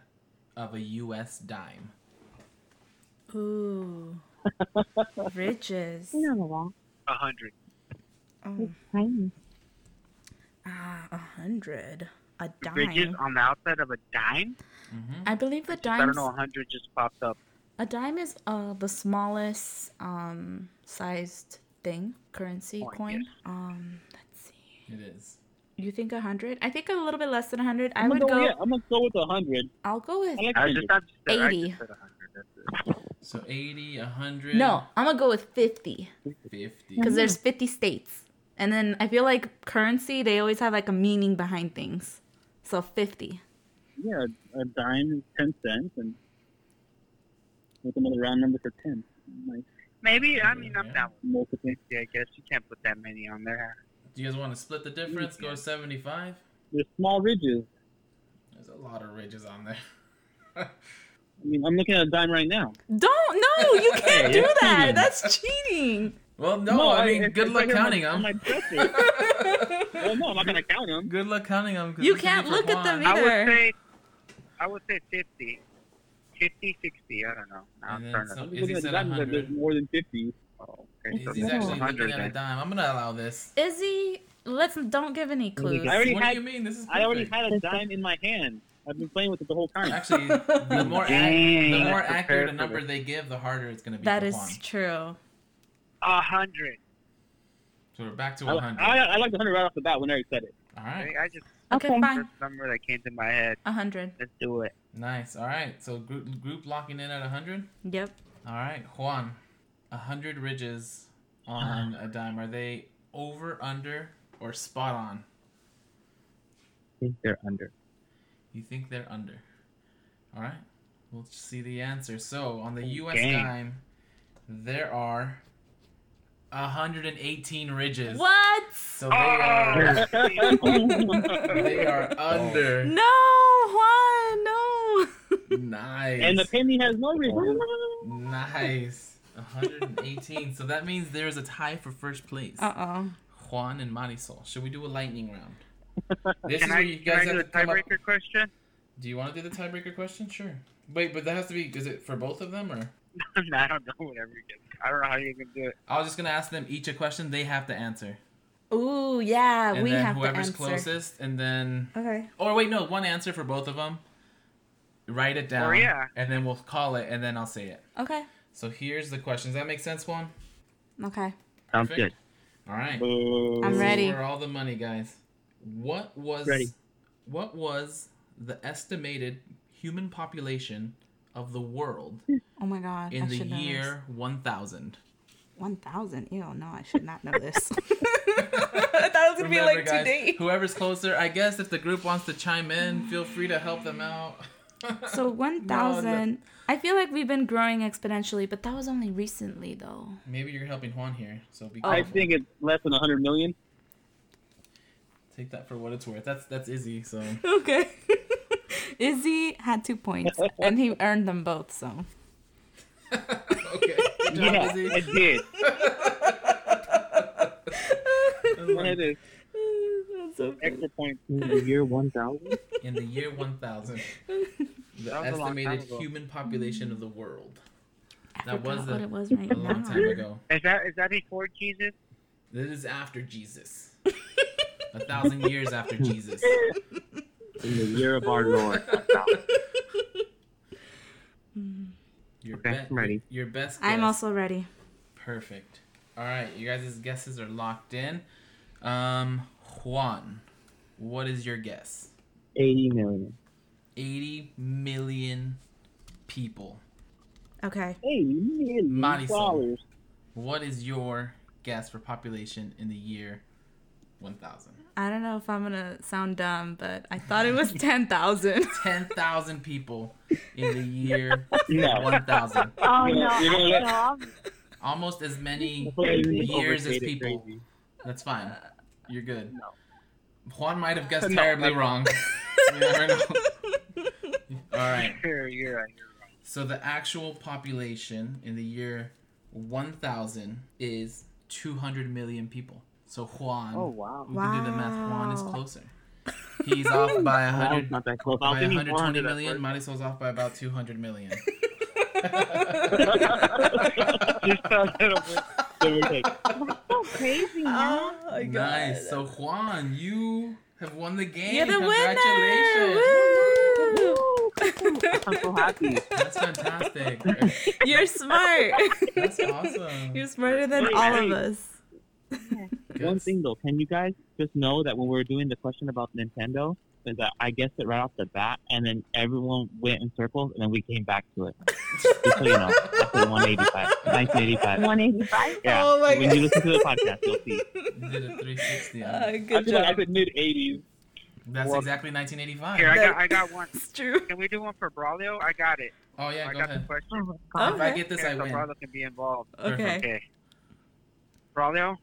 Speaker 1: of a U.S. dime?
Speaker 2: Ooh. Ridges.
Speaker 3: It's on the wall.
Speaker 7: 100.
Speaker 2: Oh,
Speaker 3: It's tiny.
Speaker 2: ah, a hundred. A
Speaker 7: Ridges
Speaker 2: dime.
Speaker 7: on the outside of a dime?
Speaker 1: Mm-hmm.
Speaker 2: I believe the
Speaker 7: I don't
Speaker 2: dime's
Speaker 7: know, 100 just popped up.
Speaker 2: a dime is uh the smallest um sized thing currency
Speaker 7: Coin,
Speaker 2: coin.
Speaker 7: yes.
Speaker 2: Um, let's see.
Speaker 1: It is.
Speaker 2: You think a hundred? I think a little bit less than a hundred. I
Speaker 5: I'm
Speaker 2: would
Speaker 5: gonna
Speaker 2: go.
Speaker 5: Oh, Yeah, I'm gonna go with a hundred.
Speaker 2: I'll go with.
Speaker 5: I like
Speaker 7: I
Speaker 5: hundred.
Speaker 7: just, I just, said- I
Speaker 2: 80.
Speaker 7: just said 100. That's it.
Speaker 1: So 80, 100,
Speaker 2: No, I'm gonna go with fifty
Speaker 1: 50.
Speaker 2: because there's fifty states, and then I feel like currency they always have like a meaning behind things. So fifty.
Speaker 5: Yeah, a dime is ten cents, and with another round number for ten. Like
Speaker 7: Maybe, I mean, I'm
Speaker 1: Yeah.
Speaker 7: down
Speaker 5: multiple.
Speaker 7: with it. I guess you can't put that many on there.
Speaker 1: Do you guys want to split the difference? Go
Speaker 5: Yeah.
Speaker 1: 75?
Speaker 5: There's small ridges.
Speaker 1: There's a lot of ridges on there.
Speaker 5: I mean, I'm looking at a dime right now.
Speaker 2: Don't no, you can't do
Speaker 5: You're
Speaker 2: that.
Speaker 5: cheating.
Speaker 2: That's cheating.
Speaker 1: Well, no, I mean,
Speaker 5: it's-
Speaker 1: good
Speaker 5: it's
Speaker 1: luck
Speaker 5: right
Speaker 1: counting
Speaker 5: here on
Speaker 1: them.
Speaker 5: my- on my dresser. well, no, I'm not gonna count them.
Speaker 1: Good luck counting them.
Speaker 2: You can't look at them e-
Speaker 7: I
Speaker 2: Either.
Speaker 7: would say, I would say 50. 50, 60, I don't know. Now
Speaker 1: And
Speaker 7: I'm
Speaker 1: then
Speaker 7: trying
Speaker 1: some-
Speaker 7: to...
Speaker 1: Is
Speaker 5: Looking
Speaker 1: he
Speaker 5: at
Speaker 1: said
Speaker 5: dimes, like,
Speaker 1: 100?
Speaker 5: There's more than fifty.
Speaker 7: Oh, okay.
Speaker 1: He's
Speaker 7: that's
Speaker 1: actually looking
Speaker 7: 100
Speaker 1: at a
Speaker 7: then.
Speaker 1: dime. I'm going to allow this.
Speaker 2: Izzy, let's don't give any clues.
Speaker 5: I already
Speaker 1: what
Speaker 5: had-
Speaker 1: do you mean? This is
Speaker 5: I already
Speaker 1: perfect.
Speaker 5: had a dime in my hand. I've been playing with it the whole time.
Speaker 1: Actually, the more, ac-
Speaker 7: Dang,
Speaker 1: the
Speaker 7: I
Speaker 1: more
Speaker 7: prepared
Speaker 1: accurate a
Speaker 7: for
Speaker 1: number
Speaker 7: this.
Speaker 1: they give, the harder it's going to be.
Speaker 2: That
Speaker 1: for
Speaker 2: is
Speaker 1: Juan.
Speaker 2: true.
Speaker 7: A hundred.
Speaker 1: So we're back to
Speaker 5: I,
Speaker 1: 100.
Speaker 5: Oh, I, I like the hundred right off the bat whenever he said it.
Speaker 1: All
Speaker 7: I
Speaker 1: right.
Speaker 7: I just
Speaker 2: Okay,
Speaker 3: Okay.
Speaker 2: fine.
Speaker 7: first number that came to my head.
Speaker 2: A hundred.
Speaker 7: Let's do it.
Speaker 1: Nice. All right. So group, group locking in at 100.
Speaker 2: Yep.
Speaker 1: All right. Juan, 100 ridges on
Speaker 5: Uh-huh.
Speaker 1: a dime. Are they over, under, or spot on?
Speaker 6: I think they're under.
Speaker 1: You think they're under. All right. We'll see the answer. So on the U.S.
Speaker 7: Dang.
Speaker 1: dime, there are 118 ridges.
Speaker 2: What?
Speaker 1: So they are they are under.
Speaker 2: No, Juan, no.
Speaker 1: Nice.
Speaker 5: And the penny has no ridges.
Speaker 1: nice. 118. so that means there is a tie for first place.
Speaker 2: Uh oh.
Speaker 1: Juan and Marisol. Should we do a lightning round? This
Speaker 7: Can
Speaker 1: is where
Speaker 7: I,
Speaker 1: you
Speaker 7: can I
Speaker 1: guys
Speaker 7: do
Speaker 1: have
Speaker 7: a
Speaker 1: to come up.
Speaker 7: tiebreaker question?
Speaker 1: Do you want to do the tiebreaker question? Sure. Wait, but that has to be. Is it for both of them or?
Speaker 7: No, I don't know. Whatever you get. I don't know how you can do it.
Speaker 1: I was just gonna ask them each a question. They have to answer,
Speaker 2: Ooh, yeah,
Speaker 1: and
Speaker 2: Uh, we
Speaker 1: then
Speaker 2: have to
Speaker 1: whoever's
Speaker 2: answer.
Speaker 1: closest, and then
Speaker 2: Okay.
Speaker 1: or wait, no, one answer for both of them. Write it down.
Speaker 7: Or yeah.
Speaker 1: And then we'll call it, and then I'll say it.
Speaker 2: Okay.
Speaker 1: So here's the questions. That make sense, Juan?
Speaker 2: Okay.
Speaker 6: Sounds
Speaker 1: Perfect. All right.
Speaker 2: I'm
Speaker 1: This is
Speaker 2: ready.
Speaker 1: For all the money, guys. What was
Speaker 5: Ready.
Speaker 1: what was the estimated human population of the world
Speaker 2: Oh my God.
Speaker 1: in
Speaker 2: I
Speaker 1: the
Speaker 2: should know this.
Speaker 1: year 1000?
Speaker 2: 1000. Ew, no, I should not know this. I thought it was going to be like
Speaker 1: guys,
Speaker 2: today.
Speaker 1: whoever's closer, I guess if the group wants to chime in, feel free to help them out.
Speaker 2: So 1000. I feel like we've been growing exponentially, but that was only recently, though.
Speaker 1: Maybe you're helping Juan here, so be
Speaker 5: I
Speaker 1: careful.
Speaker 5: think it's less than hundred million.
Speaker 1: Take that for what it's worth. That's that's Izzy. So
Speaker 2: Okay. Izzy had two points, and he earned them both, so.
Speaker 1: okay, Good job,
Speaker 5: Yeah,
Speaker 1: Izzy.
Speaker 5: I did.
Speaker 1: one
Speaker 5: it is.
Speaker 2: That's so
Speaker 5: Extra point.
Speaker 6: In the year 1000?
Speaker 1: in the year 1000. The
Speaker 4: That was a long time
Speaker 1: estimated
Speaker 4: ago.
Speaker 1: human population of the world.
Speaker 2: I
Speaker 1: That was
Speaker 2: forgot
Speaker 1: a-
Speaker 2: what it was right
Speaker 1: A long
Speaker 2: now.
Speaker 1: time ago.
Speaker 4: Is that is that before Jesus?
Speaker 1: This is after Jesus. A thousand years after Jesus.
Speaker 6: In the year of our Lord.
Speaker 2: Mm.
Speaker 1: Your,
Speaker 6: Okay, I'm ready.
Speaker 1: your best guess.
Speaker 2: I'm also ready.
Speaker 1: Perfect. All right, you guys' guesses are locked in. Um, Juan, what is your guess?
Speaker 6: 80 million.
Speaker 1: 80 million people.
Speaker 2: Okay.
Speaker 5: Hey, million
Speaker 1: Money sum.
Speaker 5: dollars.
Speaker 1: What is your guess for population in the year 1000?
Speaker 2: I don't know if I'm gonna sound dumb, but I thought it was ten thousand.
Speaker 1: 10,000 people in the year
Speaker 5: No.
Speaker 1: 1000.
Speaker 3: Oh
Speaker 5: You
Speaker 3: no,
Speaker 5: know- you know
Speaker 3: I
Speaker 5: what?
Speaker 3: know.
Speaker 1: Almost as many. Years as
Speaker 6: Overstated
Speaker 1: people.
Speaker 6: crazy.
Speaker 1: That's fine. You're good.
Speaker 5: Uh, No.
Speaker 1: Juan might have guessed
Speaker 5: No,
Speaker 1: terribly
Speaker 5: no.
Speaker 1: wrong. You never know. All right.
Speaker 4: Sure, you're right.
Speaker 1: So the actual population in the year 1000 is 200 million people. So Juan,
Speaker 5: Oh wow.
Speaker 1: we can do the math. Juan is
Speaker 2: Wow.
Speaker 1: closer. He's off by
Speaker 6: Wow,
Speaker 1: 100
Speaker 6: it's not that close.
Speaker 1: by
Speaker 6: I'll give you
Speaker 1: 120
Speaker 6: 400 at
Speaker 1: million.
Speaker 6: first.
Speaker 1: Marisol's off by about 200 million.
Speaker 2: Oh,
Speaker 5: Just a little bit.
Speaker 6: Give or take.
Speaker 3: So crazy, man.
Speaker 2: Oh my
Speaker 1: nice. So Juan, you have won the game.
Speaker 2: You're the
Speaker 1: Congratulations.
Speaker 2: winner.
Speaker 3: Oh.
Speaker 2: Woo!
Speaker 6: I'm so happy.
Speaker 1: That's fantastic.
Speaker 2: You're smart.
Speaker 1: That's awesome.
Speaker 2: You're smarter than all of us.
Speaker 1: Good.
Speaker 6: One thing though, can you guys just know that when we were doing the question about Nintendo, is that I guessed it right off the bat, and then everyone went in circles, and then we came back to it. Just so you know, I said 185, 1985.
Speaker 3: 185.
Speaker 6: Yeah.
Speaker 2: Oh my
Speaker 6: when you listen to the podcast, you'll see.
Speaker 1: You did a 360. on
Speaker 2: Uh,
Speaker 1: it.
Speaker 2: good job.
Speaker 5: said mid '80s.
Speaker 1: That's
Speaker 5: Well-
Speaker 1: exactly 1985.
Speaker 4: Here, I got I got one.
Speaker 2: It's true.
Speaker 4: Can we do one for Braulio? I got it.
Speaker 1: Oh yeah,
Speaker 4: I
Speaker 1: go
Speaker 4: got the
Speaker 1: ahead.
Speaker 4: question.
Speaker 3: Oh, my
Speaker 2: Oh.
Speaker 3: God.
Speaker 1: If I get this, I
Speaker 4: Okay, so
Speaker 1: win.
Speaker 4: Braulio can be involved.
Speaker 2: Okay.
Speaker 4: Okay. Braulio,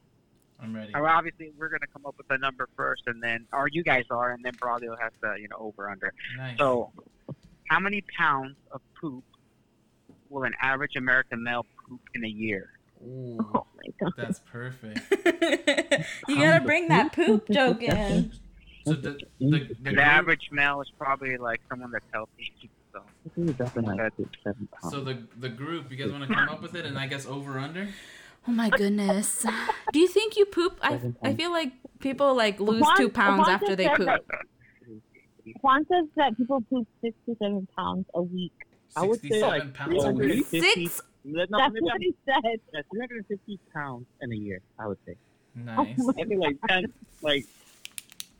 Speaker 1: I'm ready.
Speaker 4: Uh, well, obviously we're gonna come up with a number first, and then or you guys are, and then Braulio has to you know over under.
Speaker 1: Nice.
Speaker 4: So, how many pounds of poop will an average American male poop in a year?
Speaker 1: Ooh,
Speaker 3: Oh my God.
Speaker 1: that's perfect.
Speaker 2: you gotta bring that poop joke in.
Speaker 1: So the the, the,
Speaker 4: The
Speaker 1: group,
Speaker 4: average male is probably like someone that's healthy. So
Speaker 6: I think it's definitely like six, seven pounds.
Speaker 1: so the the group. You guys want to come up with it, and I guess over under.
Speaker 2: Oh my goodness. Do you think you poop? I, I feel like people like lose
Speaker 3: Juan-
Speaker 2: two pounds
Speaker 3: Juan
Speaker 2: after
Speaker 3: just
Speaker 2: they
Speaker 3: said
Speaker 2: poop.
Speaker 3: that- Juan says that people poop six to seven pounds a week.
Speaker 6: I would say,
Speaker 1: Sixty-seven
Speaker 6: like,
Speaker 1: pounds a week.
Speaker 6: 350
Speaker 2: Six.
Speaker 6: No,
Speaker 3: That's
Speaker 6: maybe
Speaker 3: what
Speaker 6: I'm-
Speaker 3: he said.
Speaker 6: yeah, 350 pounds in a year, I would say.
Speaker 1: Nice.
Speaker 5: I think like ten, like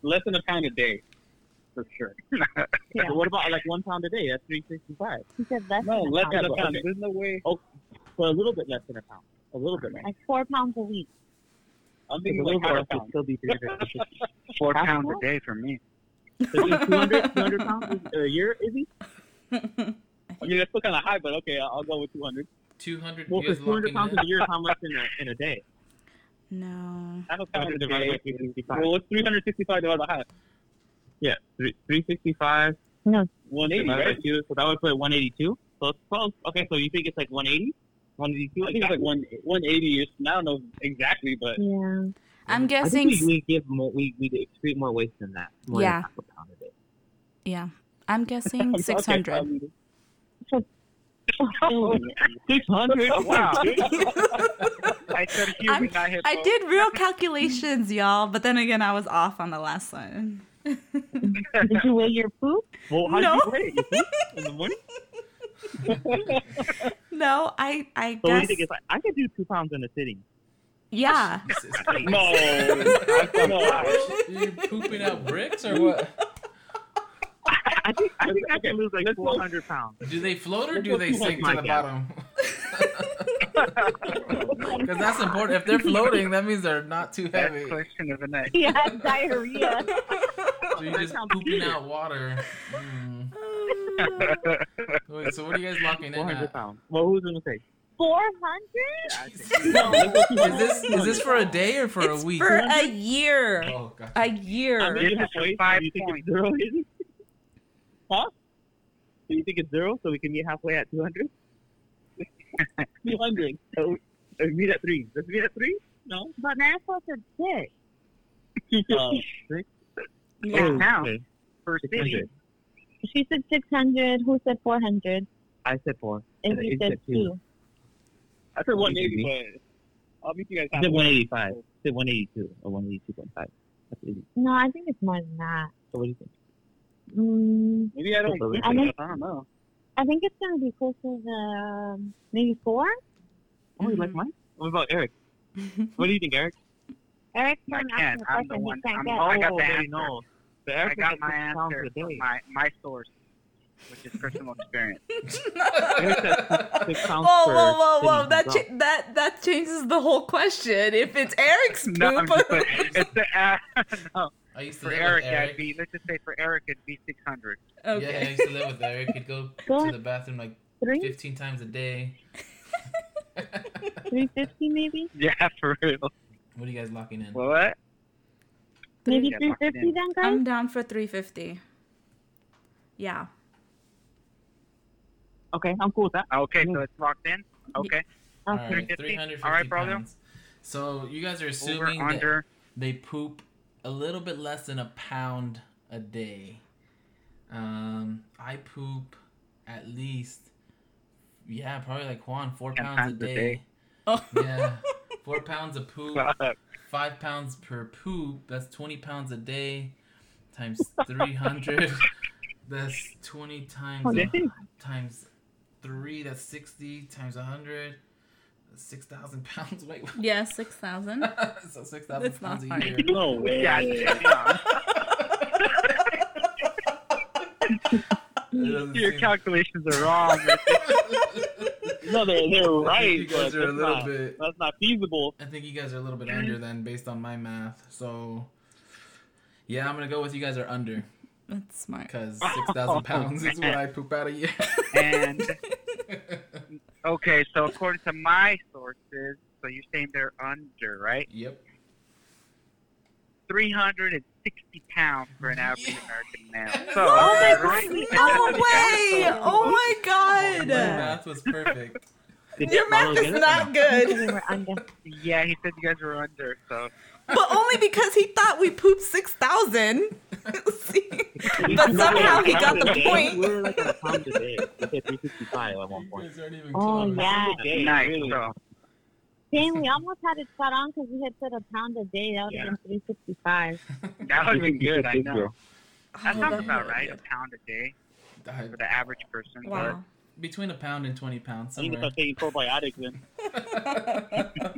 Speaker 5: less than a pound a day, for sure.
Speaker 3: Yeah.
Speaker 6: But what about like one pound a day? That's 365.
Speaker 3: He said less
Speaker 5: No,
Speaker 3: than
Speaker 5: less
Speaker 3: a
Speaker 5: than
Speaker 3: pound.
Speaker 5: a pound.
Speaker 6: Okay.
Speaker 5: There's no way.
Speaker 6: So Oh, a little bit less than a pound. A little bit less.
Speaker 3: Like four pounds a week.
Speaker 5: I'm
Speaker 6: Because
Speaker 5: thinking
Speaker 6: a little bit
Speaker 5: like half a
Speaker 6: less would
Speaker 5: pound.
Speaker 6: still be 350.
Speaker 4: four
Speaker 6: Half
Speaker 4: pounds
Speaker 6: full?
Speaker 4: a day for me.
Speaker 6: So it's 200, 200 pounds a year, is he?
Speaker 5: I mean, that's still kind of high, but okay, I'll, I'll go with 200.
Speaker 1: Two hundred.
Speaker 6: Well,
Speaker 1: You
Speaker 6: because
Speaker 1: guys lock
Speaker 6: 200
Speaker 1: in
Speaker 6: pounds
Speaker 1: that?
Speaker 6: a year is how much in a, in a day?
Speaker 2: No.
Speaker 5: Half a pound
Speaker 6: 200
Speaker 5: a
Speaker 6: divided by
Speaker 5: day.
Speaker 6: 365.
Speaker 5: Well, what's 365 divided by half?
Speaker 6: Yeah, three, 365. divided
Speaker 5: 180,
Speaker 6: by
Speaker 5: right?
Speaker 6: two, so that would put 182. So it's close. Okay, so you think it's like 180? 182?
Speaker 5: I think it's like one 180 ish. I don't know exactly, but
Speaker 3: Yeah.
Speaker 2: I'm
Speaker 6: I
Speaker 2: guessing.
Speaker 6: think we, we give more, we, we excrete more waste than that. More
Speaker 2: Yeah.
Speaker 6: Than half a pound a day.
Speaker 2: Yeah. I'm guessing
Speaker 5: Okay,
Speaker 2: 600.
Speaker 5: probably.
Speaker 1: Oh,
Speaker 6: 600?
Speaker 4: Wow. I said human, I hit.
Speaker 2: I
Speaker 4: both.
Speaker 2: did real calculations, y'all, but then again, I was off on the last one.
Speaker 3: Did you weigh your poop?
Speaker 6: Well, how
Speaker 2: No.
Speaker 6: do you weigh it? In the morning?
Speaker 2: No, I I
Speaker 6: So what
Speaker 2: guess.
Speaker 6: do you think? It's like, I could do two pounds in a sitting.
Speaker 2: yeah.
Speaker 1: This is crazy.
Speaker 5: No. I don't know.
Speaker 1: You pooping out bricks or what?
Speaker 6: I think I, think I
Speaker 5: Okay,
Speaker 6: can lose like
Speaker 5: let's go-
Speaker 6: 400 pounds.
Speaker 1: Do they float or
Speaker 6: Let's
Speaker 1: do
Speaker 6: go
Speaker 1: they
Speaker 6: see what
Speaker 1: sink
Speaker 6: my
Speaker 1: to the
Speaker 6: guess.
Speaker 1: bottom? Because that's important. If they're floating, that means they're not too heavy.
Speaker 4: Best question of the night.
Speaker 3: He had diarrhea.
Speaker 1: So you're just pooping out water. Mm. Wait, so what are you guys locking in
Speaker 6: 400
Speaker 1: at?
Speaker 6: pounds. Well, who's going to say?
Speaker 3: 400?
Speaker 1: Is this is this for a day or for
Speaker 2: It's
Speaker 1: a week?
Speaker 2: For a year.
Speaker 1: oh, gotcha.
Speaker 2: A year.
Speaker 4: I mean-
Speaker 6: Give us
Speaker 4: Yeah,
Speaker 6: waste,
Speaker 4: five
Speaker 6: do you think it's
Speaker 4: points.
Speaker 6: zero? huh? Do you think it's zero so we can meet halfway at 200?
Speaker 5: 200.
Speaker 6: Oh, So, uh, meet at 3. Let's meet at 3? No?
Speaker 3: But that's what it did.
Speaker 6: Uh,
Speaker 2: Yeah.
Speaker 4: now.
Speaker 6: Oh, okay,
Speaker 4: per city.
Speaker 6: 600.
Speaker 3: She said 600. Who said 400?
Speaker 6: I said four.
Speaker 3: And
Speaker 6: Uh,
Speaker 3: he
Speaker 6: it's
Speaker 3: said
Speaker 6: at two.
Speaker 3: two.
Speaker 8: I said 180, but I'll meet you guys
Speaker 6: I said 185. I said 182 or 182.5. That's easy.
Speaker 3: No, I think it's more than that.
Speaker 6: So what do you think?
Speaker 3: Mm,
Speaker 8: Maybe I don't.
Speaker 6: Probably.
Speaker 8: I don't know.
Speaker 3: I think it's going to be closer to um, maybe four.
Speaker 8: Oh, you like mine? What about Eric? What do you think, Eric?
Speaker 3: Eric's
Speaker 4: I
Speaker 3: been
Speaker 4: can't.
Speaker 3: asking
Speaker 4: I'm
Speaker 3: a
Speaker 4: the one.
Speaker 3: question he can't
Speaker 4: I'm-
Speaker 3: get.
Speaker 4: I
Speaker 6: Oh,
Speaker 4: got the
Speaker 8: there you
Speaker 4: answer.
Speaker 8: know. The
Speaker 4: I
Speaker 8: Eric
Speaker 4: got
Speaker 8: is like
Speaker 4: my
Speaker 8: six pounds
Speaker 4: answer
Speaker 8: a day.
Speaker 4: from my, my source, which is personal experience.
Speaker 6: Six
Speaker 2: Whoa,
Speaker 6: pounds per
Speaker 2: whoa, whoa, whoa!
Speaker 6: city.
Speaker 2: That
Speaker 6: Wow.
Speaker 2: cha- that that changes the whole question. If it's Eric's poop,
Speaker 4: No, I'm just saying. It's the, uh,
Speaker 8: Oh.
Speaker 4: no,
Speaker 1: I used to
Speaker 4: for
Speaker 1: live
Speaker 4: Eric,
Speaker 1: with Eric.
Speaker 4: I'd be, let's just say for Eric, it'd be 600.
Speaker 1: Yeah, I
Speaker 2: okay.
Speaker 1: used to live with Eric. He'd go
Speaker 3: Go
Speaker 1: to
Speaker 3: on.
Speaker 1: the bathroom like
Speaker 3: Three,
Speaker 1: 15 times a day. what
Speaker 3: 350 maybe?
Speaker 4: Yeah, for real.
Speaker 1: are you guys locking in?
Speaker 4: What?
Speaker 3: Maybe
Speaker 4: Yeah, lock it
Speaker 3: 350
Speaker 4: in.
Speaker 3: then, guys?
Speaker 2: I'm down for 350. Yeah.
Speaker 8: Okay, I'm cool with that.
Speaker 4: Ah, Okay, so it's locked in? Okay.
Speaker 1: All
Speaker 3: okay.
Speaker 1: right,
Speaker 4: 350?
Speaker 1: 350
Speaker 4: All right, brother.
Speaker 1: pounds. So you guys are
Speaker 4: Over,
Speaker 1: assuming that
Speaker 4: under.
Speaker 1: they poop a little bit less than a pound a day. Um, I poop at least, yeah, probably like Juan, four
Speaker 4: Ten
Speaker 1: pounds a
Speaker 4: pounds a
Speaker 1: day.
Speaker 4: day.
Speaker 2: Oh.
Speaker 1: Yeah, four pounds of poop,
Speaker 4: Fuck.
Speaker 1: five pounds per poop. That's twenty pounds a day, times three hundred. that's twenty times a-
Speaker 4: Really?
Speaker 1: times three. That's sixty times a hundred. Six thousand pounds. Wait, what?
Speaker 2: Yeah, 6,000.
Speaker 1: so six thousand
Speaker 2: That's
Speaker 1: pounds a
Speaker 2: not hard.
Speaker 1: year.
Speaker 8: No way.
Speaker 4: Yeah, damn.
Speaker 1: It doesn't
Speaker 4: your
Speaker 1: seem-
Speaker 4: calculations are wrong.
Speaker 8: No, they're, they're
Speaker 1: I
Speaker 8: right.
Speaker 1: think you guys
Speaker 8: but
Speaker 1: are a
Speaker 8: that's
Speaker 1: little
Speaker 8: not-
Speaker 1: bit.
Speaker 8: That's not feasible.
Speaker 1: I think you guys are a little bit under then, based on my math. So, yeah, I'm gonna go with you guys are under
Speaker 2: That's smart.
Speaker 1: because six thousand pounds is what I poop out a year.
Speaker 4: and okay, so according to my sources, so you're saying they're under, right?
Speaker 1: yep.
Speaker 4: 360 pounds for an average American male. So,
Speaker 2: Oh my
Speaker 4: right?
Speaker 2: god! No way! Oh my
Speaker 1: My
Speaker 2: god!
Speaker 1: math was perfect.
Speaker 6: Did
Speaker 2: Your
Speaker 6: you
Speaker 2: math
Speaker 6: follow
Speaker 2: is
Speaker 6: the
Speaker 2: not good,
Speaker 3: We were under.
Speaker 4: Yeah, he said you guys were under, so
Speaker 2: but only because he thought we pooped six thousand. but somehow he got the point.
Speaker 6: We were like on a pound a day. We said 365 at one
Speaker 1: You
Speaker 6: point.
Speaker 1: guys aren't even
Speaker 3: Oh,
Speaker 1: close.
Speaker 3: yeah.
Speaker 6: A day,
Speaker 4: nice.
Speaker 6: really.
Speaker 4: So,
Speaker 3: Dang, we almost had it shut on because we had said a pound a day. That would
Speaker 6: Yeah.
Speaker 3: have been 365.
Speaker 4: that would have been good, I know. That
Speaker 2: Oh,
Speaker 4: sounds
Speaker 2: that's
Speaker 4: about
Speaker 2: really
Speaker 4: right, a
Speaker 2: good.
Speaker 4: pound a day
Speaker 1: I-
Speaker 4: for the average person.
Speaker 2: Wow.
Speaker 1: between a pound and twenty pounds
Speaker 8: I need to
Speaker 1: somewhere.
Speaker 8: start taking probiotics then.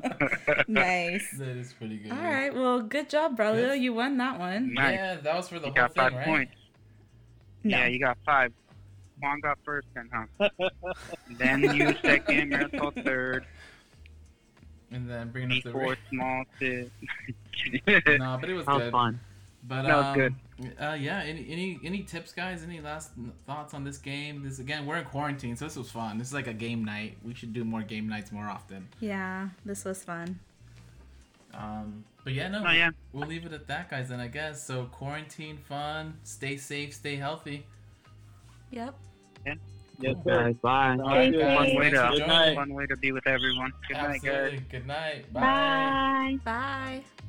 Speaker 1: that
Speaker 2: Nice.
Speaker 1: is pretty good.
Speaker 2: All right. Well, good job, brother. You won that
Speaker 4: But
Speaker 2: one.
Speaker 4: nice.
Speaker 1: Yeah, that was for the
Speaker 4: You
Speaker 1: whole
Speaker 4: got
Speaker 1: thing,
Speaker 4: five
Speaker 1: right?
Speaker 4: points.
Speaker 2: No.
Speaker 4: Yeah, you got five. Juan got first, then huh? then you second, Miracle third,
Speaker 1: And then bringing
Speaker 4: me
Speaker 1: up the
Speaker 4: fourth,
Speaker 1: rate.
Speaker 4: small to.
Speaker 1: No, but it was
Speaker 6: Sounds
Speaker 1: good.
Speaker 6: fun.
Speaker 1: But
Speaker 4: That was
Speaker 1: um,
Speaker 4: good.
Speaker 1: Uh, yeah. Any any any tips, guys? Any last thoughts on this game? This again, we're in quarantine, so this was fun. This is like a game night. We should do more game nights more often.
Speaker 2: Yeah, this was fun.
Speaker 1: Um, but yeah, no,
Speaker 4: Oh yeah,
Speaker 1: we'll leave it at that, guys. Then I guess so. Quarantine fun. Stay safe. Stay healthy.
Speaker 2: Yep.
Speaker 8: Yes, sir.
Speaker 6: Guys, bye.
Speaker 1: All right,
Speaker 3: Stay
Speaker 1: guys.
Speaker 3: safe.
Speaker 1: Thanks for
Speaker 4: Good
Speaker 1: joining.
Speaker 8: night.
Speaker 4: fun way to be with everyone. Good night, guys.
Speaker 1: Absolutely. Good night. Bye.
Speaker 3: Bye.
Speaker 2: Bye.